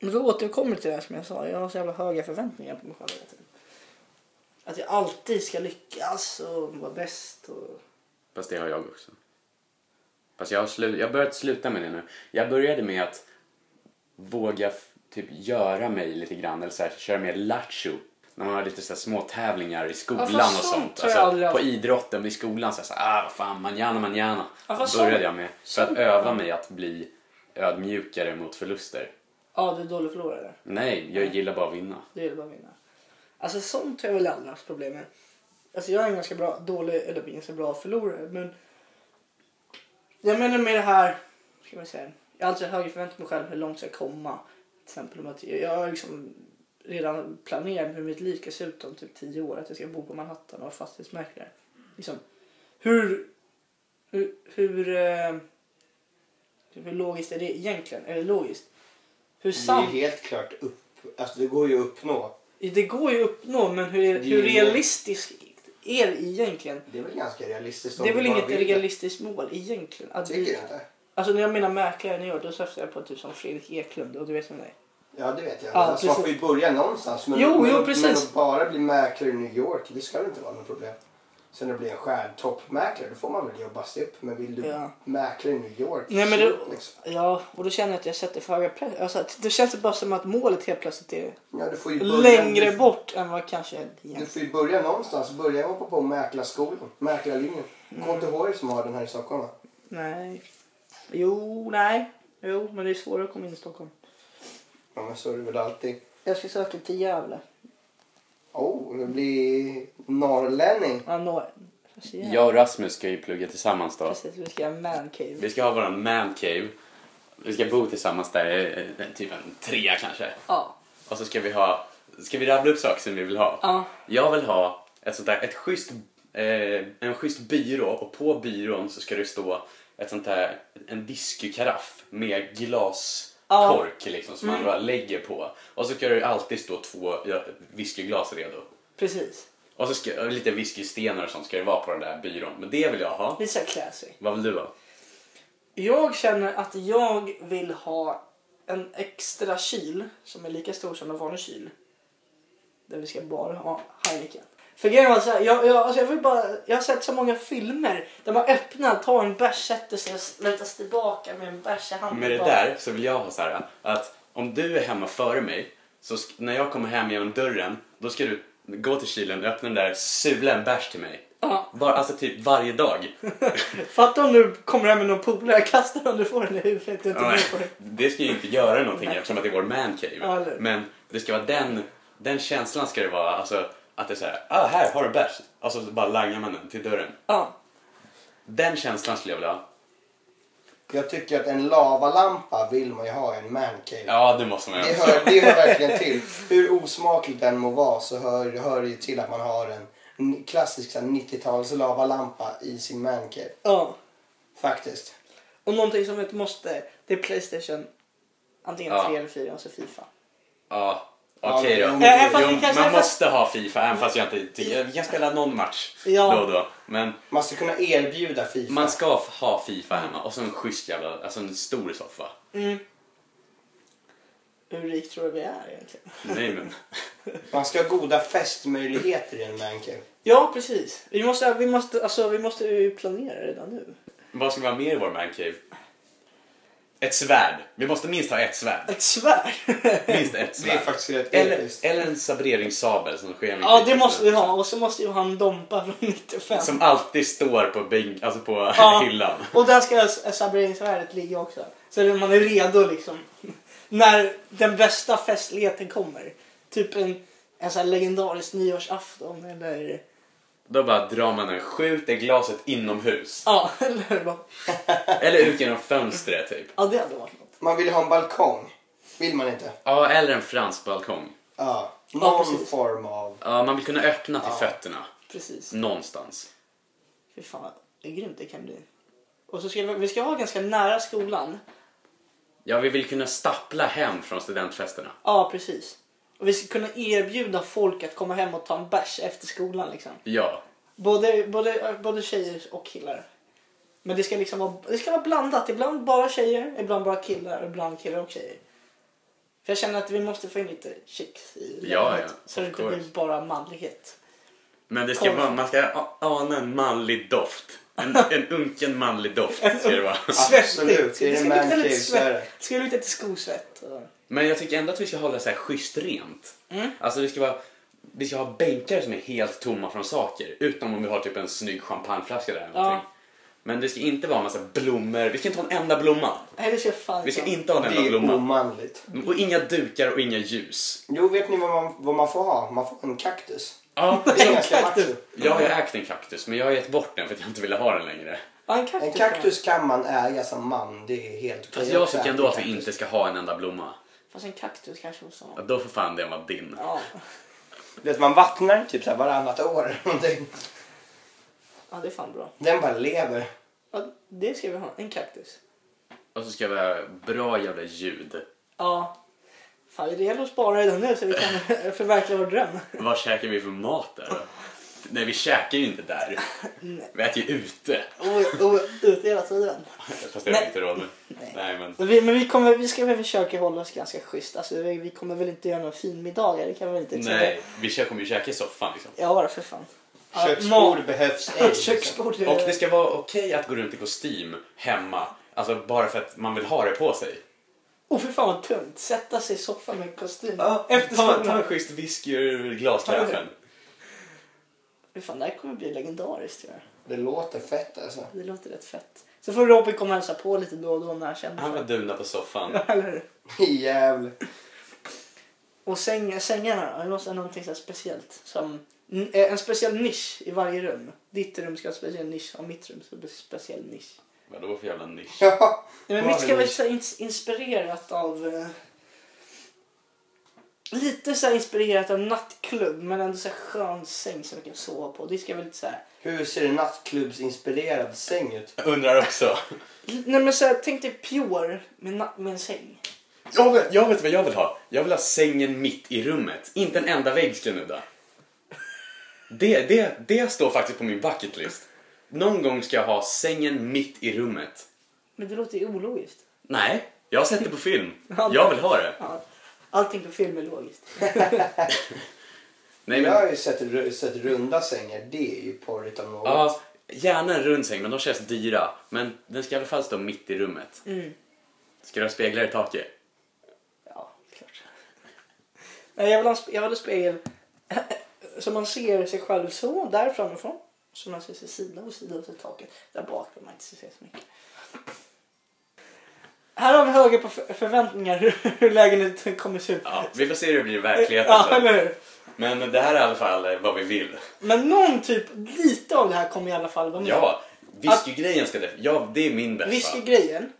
Speaker 3: Men då återkommer till det här som jag sa. Jag har så jävla höga förväntningar på mig själv hela tiden. Att jag alltid ska lyckas och vara bäst. Och...
Speaker 2: Fast det har jag också. Fast jag har, slu- jag har börjat sluta med det nu. Jag började med att våga f- typ göra mig lite grann eller så här, köra mer lattjo. När man har lite så här små tävlingar i skolan
Speaker 3: Ja, fast
Speaker 2: och
Speaker 3: sånt
Speaker 2: sånt. Alltså,
Speaker 3: har jag aldrig
Speaker 2: på
Speaker 3: haft.
Speaker 2: idrotten men i skolan så här, så här ah vad fan, manjana, manjana.
Speaker 3: Ja, fast
Speaker 2: började
Speaker 3: sånt-
Speaker 2: jag med. För att
Speaker 3: sånt-
Speaker 2: öva mig att bli ödmjukare mot förluster.
Speaker 3: Ja, du är dålig förlorare.
Speaker 2: Nej, jag gillar bara att vinna.
Speaker 3: Det är bara att vinna. Alltså sånt har jag väl aldrig haft problem med. Alltså jag är en ganska bra, dålig, eller ganska bra förlorare. Men jag menar med det här, ska man säga. Jag har alltid högre förväntan på mig själv hur långt jag ska komma. Till exempel om att jag- jag har liksom redan planerat hur mitt liv ska se ut om typ tio år. Att jag ska bo på Manhattan och vara fastighetsmäklare. Liksom, hur, hur, hur, eh, hur logiskt är det egentligen? Är det logiskt? Hur
Speaker 1: Det är
Speaker 3: sant?
Speaker 1: ju helt klart upp, alltså det går ju att uppnå.
Speaker 3: Det går ju att uppnå men hur,
Speaker 1: Det är
Speaker 3: hur
Speaker 1: ju-
Speaker 3: realistiskt är det egentligen?
Speaker 1: Det är väl ganska realistiskt om
Speaker 3: Det är väl
Speaker 1: du bara
Speaker 3: inget
Speaker 1: vill
Speaker 3: realistiskt mål egentligen. Att
Speaker 1: Tycker
Speaker 3: vi,
Speaker 1: du inte?
Speaker 3: alltså när jag menar mäklare i New York då syftar jag på typ som Fredrik Eklund och du vet vem det är.
Speaker 1: Ja det vet jag.
Speaker 3: Ja,
Speaker 1: alltså, man får
Speaker 3: precis.
Speaker 1: ju börja någonstans. Men,
Speaker 3: Jo,
Speaker 1: men,
Speaker 3: jo,
Speaker 1: men
Speaker 3: precis.
Speaker 1: att bara bli mäklare i New York, det ska väl inte vara något problem. Sen att bli en stjärntoppmäklare, då får man väl jobba sig upp. Men vill du
Speaker 3: Ja.
Speaker 1: mäklare i New York,
Speaker 3: Nej, men
Speaker 1: shit,
Speaker 3: det-
Speaker 1: liksom.
Speaker 3: Ja, och då känner jag att jag sätter för höga press. Alltså, att det känns bara som att målet helt plötsligt är
Speaker 1: ja, du får ju börja,
Speaker 3: längre
Speaker 1: du,
Speaker 3: bort än vad kanske är
Speaker 1: Du
Speaker 3: egentligen.
Speaker 1: får ju börja någonstans. Börja hoppa på mäklarskolan, mäklarlinjen.
Speaker 3: Mm.
Speaker 1: KTH som har den här i Stockholm va?
Speaker 3: Nej. Jo, nej. Jo, men det är svårare att komma in i Stockholm.
Speaker 1: Ja men så är det väl alltid.
Speaker 3: Jag ska söka till Gävle.
Speaker 1: Oh, det blir norrlänning.
Speaker 3: Ja, norr. Fast Gävle.
Speaker 2: Jag och Rasmus ska ju plugga tillsammans då.
Speaker 3: Precis, vi ska göra mancave.
Speaker 2: Vi ska ha våran man cave. Vi ska bo tillsammans där, eh, eh, typ en trea kanske.
Speaker 3: Ja.
Speaker 2: Och så ska vi ha, ska vi rabbla upp saker som vi vill ha?
Speaker 3: Ja.
Speaker 2: Jag vill ha ett sånt där, ett schysst, eh, en schysst byrå och på byrån så ska det stå ett sånt där, en whiskykaraff med glaskork
Speaker 3: Ja. Mm.
Speaker 2: liksom som man bara lägger på. Och så ska det alltid stå två ja, whiskyglas redo.
Speaker 3: Precis.
Speaker 2: Och så ska, och lite whiskystenar och sånt ska det vara på den där byrån. Men det vill jag ha.
Speaker 3: Lite såhär classy.
Speaker 2: Vad vill du ha?
Speaker 3: Jag känner att jag vill ha en extra kyl som är lika stor som en vanlig kyl. Där vi ska bara ha Heineken. För grejen var så här, jag, jag, alltså jag, vill bara, jag har sett så många filmer där man öppnar, tar en bärs, sätter sig och lutar sig tillbaka med en bärs i handen.
Speaker 2: Med det
Speaker 3: Bara-
Speaker 2: där så vill jag ha så här att om du är hemma före mig så sk- när jag kommer hem genom dörren då ska du gå till kylen, öppna den där, sula en bärs till mig.
Speaker 3: Ja,
Speaker 2: Bara, alltså typ varje
Speaker 3: (laughs)
Speaker 2: dag.
Speaker 3: fatta om du kommer hem med någon polare och kastar den du får den i huvudet. Jag
Speaker 2: Ja,
Speaker 3: inte
Speaker 2: men, det ska ju inte göra någonting eftersom att det är vår
Speaker 3: Ja, eller
Speaker 2: mancave.
Speaker 3: hur?
Speaker 2: Men det ska vara den, den känslan ska det vara. Alltså att det är så här, ah här har du bärs. Alltså så bara langar man den till dörren.
Speaker 3: ja.
Speaker 2: Den känslan skulle jag vilja ha.
Speaker 1: Jag tycker att en lavalampa vill man ju ha i en mancave.
Speaker 2: Ja, det måste man
Speaker 1: Det
Speaker 2: ju ha.
Speaker 1: hör, det hör verkligen till. Hur osmaklig den må vara så hör, hör det ju till att man har en n- klassisk så här 90-tals lavalampa i sin mancave.
Speaker 3: ja.
Speaker 1: Faktiskt.
Speaker 3: Och någonting som ett måste, det är Playstation. Antingen
Speaker 2: Ja.
Speaker 3: 3 eller 4 och så Fifa.
Speaker 2: Ja, okej
Speaker 1: Ja,
Speaker 2: då.
Speaker 1: men-
Speaker 3: Även fast det
Speaker 2: Jo,
Speaker 3: kanske-
Speaker 2: man måste ha Fifa även fast jag inte tycker... Jag kan spela någon match
Speaker 3: Ja.
Speaker 2: då och då. Men
Speaker 1: Man ska kunna erbjuda Fifa.
Speaker 2: man ska f- ha Fifa hemma och så en schysst jävla, alltså en stor soffa.
Speaker 3: Mm. Hur rik tror du vi är egentligen?
Speaker 2: Nej men. (laughs)
Speaker 1: Man ska ha goda festmöjligheter i en mancave.
Speaker 3: Ja, precis. Vi måste, vi måste, alltså, vi måste ju planera redan nu.
Speaker 2: Vad ska vi ha mer i vår mancave? Ett svärd. Vi måste minst ha ett svärd.
Speaker 3: Ett svärd!
Speaker 2: Minst ett
Speaker 1: Det är
Speaker 2: svärd.
Speaker 1: faktiskt rätt
Speaker 2: Eller,
Speaker 1: episkt.
Speaker 2: eller en sabreringssabel som sker med
Speaker 3: (laughs) ja, det måste vi ha. Och så måste ju ha en Dompa från 95.
Speaker 2: Som alltid står på, bänk, alltså på
Speaker 3: Ja.
Speaker 2: (laughs) hyllan.
Speaker 3: Och där ska s- sabreringsvärdet ligga också. Så att man är redo liksom. (laughs) När den bästa festligheten kommer. Typ en, en sån här legendarisk nyårsafton eller...
Speaker 2: Då bara drar man den, skjuter glaset inomhus.
Speaker 3: Ja, (laughs) eller vad.
Speaker 2: Eller ut genom fönstret typ.
Speaker 3: Ja, det hade varit något.
Speaker 1: Man vill ju ha en balkong. Vill man inte?
Speaker 2: Ja, eller en fransk balkong.
Speaker 1: Ja. Någon
Speaker 3: Ja, precis.
Speaker 1: form av...
Speaker 2: Ja, man vill kunna öppna till fötterna.
Speaker 3: Precis.
Speaker 2: Någonstans.
Speaker 3: Fy fan, det är grymt det kan bli. Och så ska vi, vi ska vara ganska nära skolan.
Speaker 2: Ja, vi vill kunna stappla hem från studentfesterna.
Speaker 3: Ja, precis. Och vi ska kunna erbjuda folk att komma hem och ta en bärs efter skolan. Liksom.
Speaker 2: Ja.
Speaker 3: Både, både, både tjejer och killar. Men det ska liksom vara, det ska vara blandat. Ibland bara tjejer, ibland bara killar, ibland killar och tjejer. För jag känner att vi måste få in lite chicks i
Speaker 2: Ja,
Speaker 3: länet,
Speaker 2: ja,
Speaker 3: Så det
Speaker 2: of
Speaker 3: inte
Speaker 2: course.
Speaker 3: blir bara manlighet.
Speaker 2: Men det ska
Speaker 3: Korv.
Speaker 2: vara, man ska a- ana en manlig doft. En, en unken manlig doft ska det vara.
Speaker 1: Absolut.
Speaker 3: Det
Speaker 1: I en
Speaker 3: ska lukta
Speaker 1: mancave
Speaker 3: lite
Speaker 1: så är det.
Speaker 3: svett. Det ska lukta lite skosvett. och-
Speaker 2: (laughs) Men jag tycker ändå att vi ska hålla det så här schysst rent. Alltså det ska vara, vi ska ha bänkar som är helt tomma från saker. Utom om vi har typ en snygg champagneflaska där eller
Speaker 3: Ja.
Speaker 2: någonting. Men det ska inte vara en massa blommor. Vi ska inte ha en enda blomma.
Speaker 3: Nej, det ska jag fan
Speaker 2: Vi ska
Speaker 3: ta.
Speaker 2: inte ha en
Speaker 1: Det
Speaker 2: enda
Speaker 1: är
Speaker 2: blomma.
Speaker 1: omanligt.
Speaker 2: Och inga dukar och inga ljus.
Speaker 1: Jo, vet ni vad man, vad man får ha? Man får en kaktus.
Speaker 2: Ja,
Speaker 1: Det är
Speaker 3: En
Speaker 1: ganska
Speaker 3: kaktus.
Speaker 1: macho.
Speaker 2: jag har ju ägt en kaktus men jag har gett bort den för att jag inte ville ha den längre.
Speaker 3: Ja, en kaktus.
Speaker 1: En kaktus kan man äga som man. Det är helt okej.
Speaker 2: Fast jag
Speaker 1: också
Speaker 2: tycker
Speaker 1: äga
Speaker 2: ändå att vi
Speaker 1: kaktus.
Speaker 2: inte ska ha en enda blomma.
Speaker 3: Fast en kaktus kanske hos
Speaker 2: Ja,
Speaker 3: honom.
Speaker 2: Då får fan den vara din.
Speaker 3: Ja.
Speaker 1: Vet, man vattnar typ så här varannat år. (laughs) Den-
Speaker 3: ja, det är fan bra.
Speaker 1: Den bara lever.
Speaker 3: Ja, det ska vi ha. En kaktus.
Speaker 2: Och så ska vi ha bra jävla ljud.
Speaker 3: Ja. Fan, det gäller att spara i den nu så vi kan (laughs) förverkliga vår dröm.
Speaker 2: Vad käkar vi för mat där då? Nej, vi käkar ju inte där. Vi äter ju ute.
Speaker 3: Och, och ut hela tiden.
Speaker 2: Fast det har vi inte råd med. Nej, men.
Speaker 3: Men Vi, men vi, kommer, vi ska väl försöka hålla oss ganska schysst. Alltså, vi, vi kommer väl inte göra några finmiddagar. Det kan vi väl inte
Speaker 2: Nej, vi kö- kommer ju käka i soffan liksom.
Speaker 3: Ja, för fan. Ja,
Speaker 1: Köksbord
Speaker 3: må-
Speaker 1: behövs ej.
Speaker 3: Köksbord.
Speaker 2: Och det ska vara okej att gå runt i kostym hemma. Alltså bara för att man vill ha det på sig.
Speaker 3: Åh, för fan vad tungt. Sätta sig i soffan med kostym.
Speaker 2: Efter
Speaker 3: Efter
Speaker 2: ta, ta en
Speaker 3: skolan.
Speaker 2: schysst whisky ur glaskaffen.
Speaker 3: Fy fan, det här kommer bli legendariskt tror jag.
Speaker 1: Det låter fett alltså. (laughs)
Speaker 3: Det låter rätt fett. Så får Robin komma och hälsa på lite då och då när han känner
Speaker 2: Han
Speaker 3: för
Speaker 2: var duna på soffan.
Speaker 3: det. (laughs) Eller hur?
Speaker 1: Jävlar.
Speaker 3: Och säng, sängarna då? Vi måste ha någonting så här speciellt. Som, n- eh, en speciell nisch i varje rum. Ditt rum ska ha en speciell nisch och mitt rum ska ha en speciell nisch.
Speaker 2: Vadå för jävla nisch?
Speaker 1: Ja.
Speaker 3: Nej, men
Speaker 1: Vad
Speaker 3: mitt
Speaker 1: har
Speaker 3: ska
Speaker 1: vi
Speaker 3: vara
Speaker 1: nisch?
Speaker 3: så här ins- inspirerat av... Eh, lite så här inspirerat av nattklubb men ändå så här skön säng som vi kan sova på. Det ska väl lite så här...
Speaker 1: Hur ser en nattklubbsinspirerad säng ut?
Speaker 2: Jag undrar också.
Speaker 3: Nej men så här, tänk dig Pure med, na- med en säng.
Speaker 2: Jag vet, jag vet vad jag vill ha. Jag vill ha sängen mitt i rummet. Inte en enda vägg ska jag nudda. Det, det, det står faktiskt på min bucket list. Någon gång ska jag ha sängen mitt i rummet.
Speaker 3: Men det låter ju ologiskt.
Speaker 2: Nej, jag har sett det på film. Jag vill ha det.
Speaker 3: Ja, allting på film är logiskt.
Speaker 2: Nej,
Speaker 1: Jag
Speaker 2: men,
Speaker 1: har ju sett, ru- sett runda sängar. Det är ju porrigt om något.
Speaker 2: ja, gärna en rund säng, men de känns dyra. Men den ska i alla fall stå mitt i rummet.
Speaker 3: Mm.
Speaker 2: Ska du ha speglar i taket?
Speaker 3: Ja, klart. Nej, jag, vill ha, en sp- jag vill ha spegel (laughs) så man ser sig själv så, där framifrån. Så man ser sig sida och sida och så taket. Där bak vill man inte se så mycket. Här har vi höga på för- förväntningar hur- (laughs) hur lägenheten kommer se ut.
Speaker 2: (laughs) Ja, vi får se hur det blir i verkligheten
Speaker 3: Ja,
Speaker 2: sen.
Speaker 3: eller hur?
Speaker 2: Men det här är i alla fall eh, vad vi vill.
Speaker 3: Men någon typ, lite av det här kommer i alla fall vara med.
Speaker 2: Ja, whiskygrejen ska det... Ja, det är min bästa.
Speaker 3: Whiskygrejen.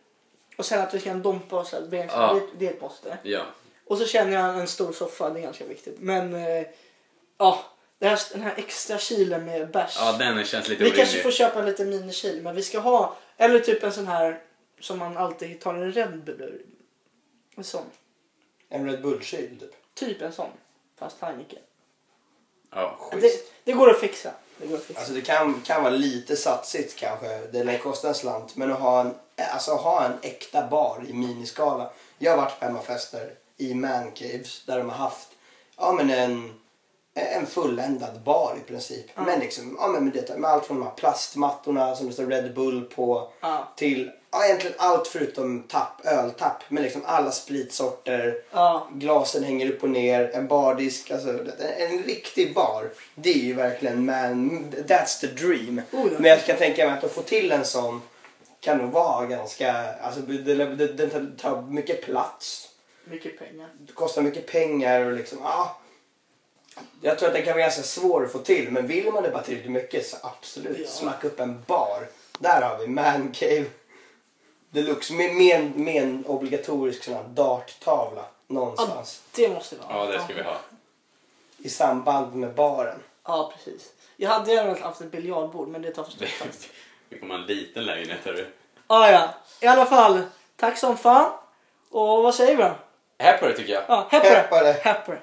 Speaker 3: Och sen att vi kan dompa oss. att vi-
Speaker 2: Ja.
Speaker 3: Det, det är ett måste.
Speaker 2: Ja.
Speaker 3: Och så känner jag en stor soffa, det är ganska viktigt. Men eh, ja, det här, den här extra kylen med bärs.
Speaker 2: ja, den känns lite
Speaker 3: vi kanske får
Speaker 2: orimlig.
Speaker 3: köpa en liten minikyl, men vi ska ha, eller typ en sån här som man alltid tar en Red Bull ur. En sån.
Speaker 1: En Red Bull-kyl typ.
Speaker 3: Typ en sån. Fast Heineken.
Speaker 2: Ja.
Speaker 3: Det, det går att fixa. Det går att fixa.
Speaker 1: Alltså det kan, kan vara lite satsigt kanske. Det lär kosta en slant. Men att ha en, alltså, ha en äkta bar i miniskala. Jag har varit på hemmafester i mancaves där de har haft ja, men en, en fulländad bar i princip. Men liksom, ja, men med, det, med allt från de här plastmattorna som det står Red Bull på
Speaker 3: Ja.
Speaker 1: till ja, egentligen allt förutom tapp, öltapp. Men liksom alla spritsorter.
Speaker 3: ja.
Speaker 1: Glasen hänger upp och ner, en bardisk, alltså en, en riktig bar. Det är ju verkligen man, that's the dream.
Speaker 3: Oh, ja.
Speaker 1: Men jag kan tänka mig att att få till en sån kan nog vara ganska, alltså den, den- den tar mycket plats.
Speaker 3: Mycket pengar.
Speaker 1: Det kostar mycket pengar och liksom, ja. Jag tror att den kan vara ganska svår att få till men vill man det bara tillräckligt mycket så absolut,
Speaker 3: Ja.
Speaker 1: smacka upp en bar. Där har vi man cave deluxe med, med, med en obligatorisk sån här darttavla någonstans
Speaker 3: Det måste vara.
Speaker 2: ja, det ska vi ha. (laughs)
Speaker 1: i samband med baren.
Speaker 3: Ja, precis. Jag hade gärna haft ett biljardbord, men det tar för
Speaker 2: (laughs)
Speaker 3: stor plats.
Speaker 2: Vi kommer ha en liten lägenhet, hörru.
Speaker 3: Ah, ja. I alla fall, tack som fan. Och vad säger vi då?
Speaker 2: Här på det tycker jag.
Speaker 3: Ja, hepp på det.
Speaker 1: Hepp på det.
Speaker 3: Hepp på det.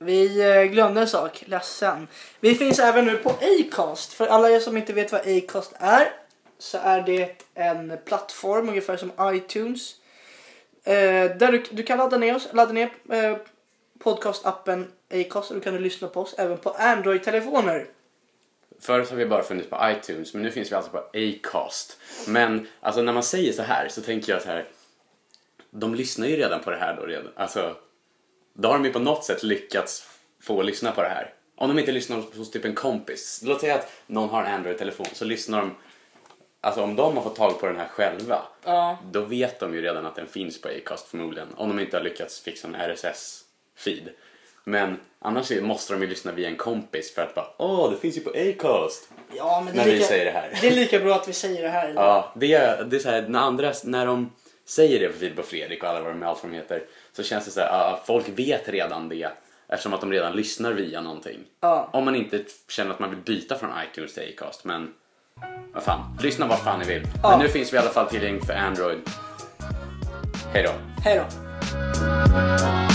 Speaker 3: Vi eh, glömde en sak, ledsen. Vi finns även nu på Acast. För alla er som inte vet vad Acast är så är det en plattform ungefär som iTunes. Eh, där du, du kan ladda ner oss, ladda ner eh, podcastappen Acast och då kan du lyssna på oss även på Android-telefoner.
Speaker 2: Förut har vi bara funnits på iTunes, men nu finns vi alltså på Acast. Men alltså, när man säger så här så tänker jag så här. De lyssnar ju redan på det här då redan. Alltså, då har de ju på något sätt lyckats få lyssna på det här. Om de inte lyssnar hos typ en kompis. Låt säga att någon har en Android-telefon så lyssnar de. Alltså om de har fått tag på den här själva.
Speaker 3: Ja.
Speaker 2: Då vet de ju redan att den finns på Acast förmodligen. Om de inte har lyckats fixa en RSS feed. Men annars är- måste de ju lyssna via en kompis för att bara åh, det finns ju på Acast.
Speaker 3: Ja, men det är,
Speaker 2: När vi
Speaker 3: lika,
Speaker 2: säger det här.
Speaker 3: det är lika bra att vi säger det här.
Speaker 2: Ja, det är, det är så här, när andra, när de säger det för Filip och Fredrik och alla vad de, allt vad de heter så känns det så här, ah, folk vet redan det eftersom att de redan lyssnar via någonting.
Speaker 3: Ja.
Speaker 2: Om man inte känner att man vill byta från iTunes till Acast, men vad fan, lyssna vart fan ni vill.
Speaker 3: Ja.
Speaker 2: Men nu finns vi i alla fall tillgänglig för Android. Hej då.
Speaker 3: Hej då.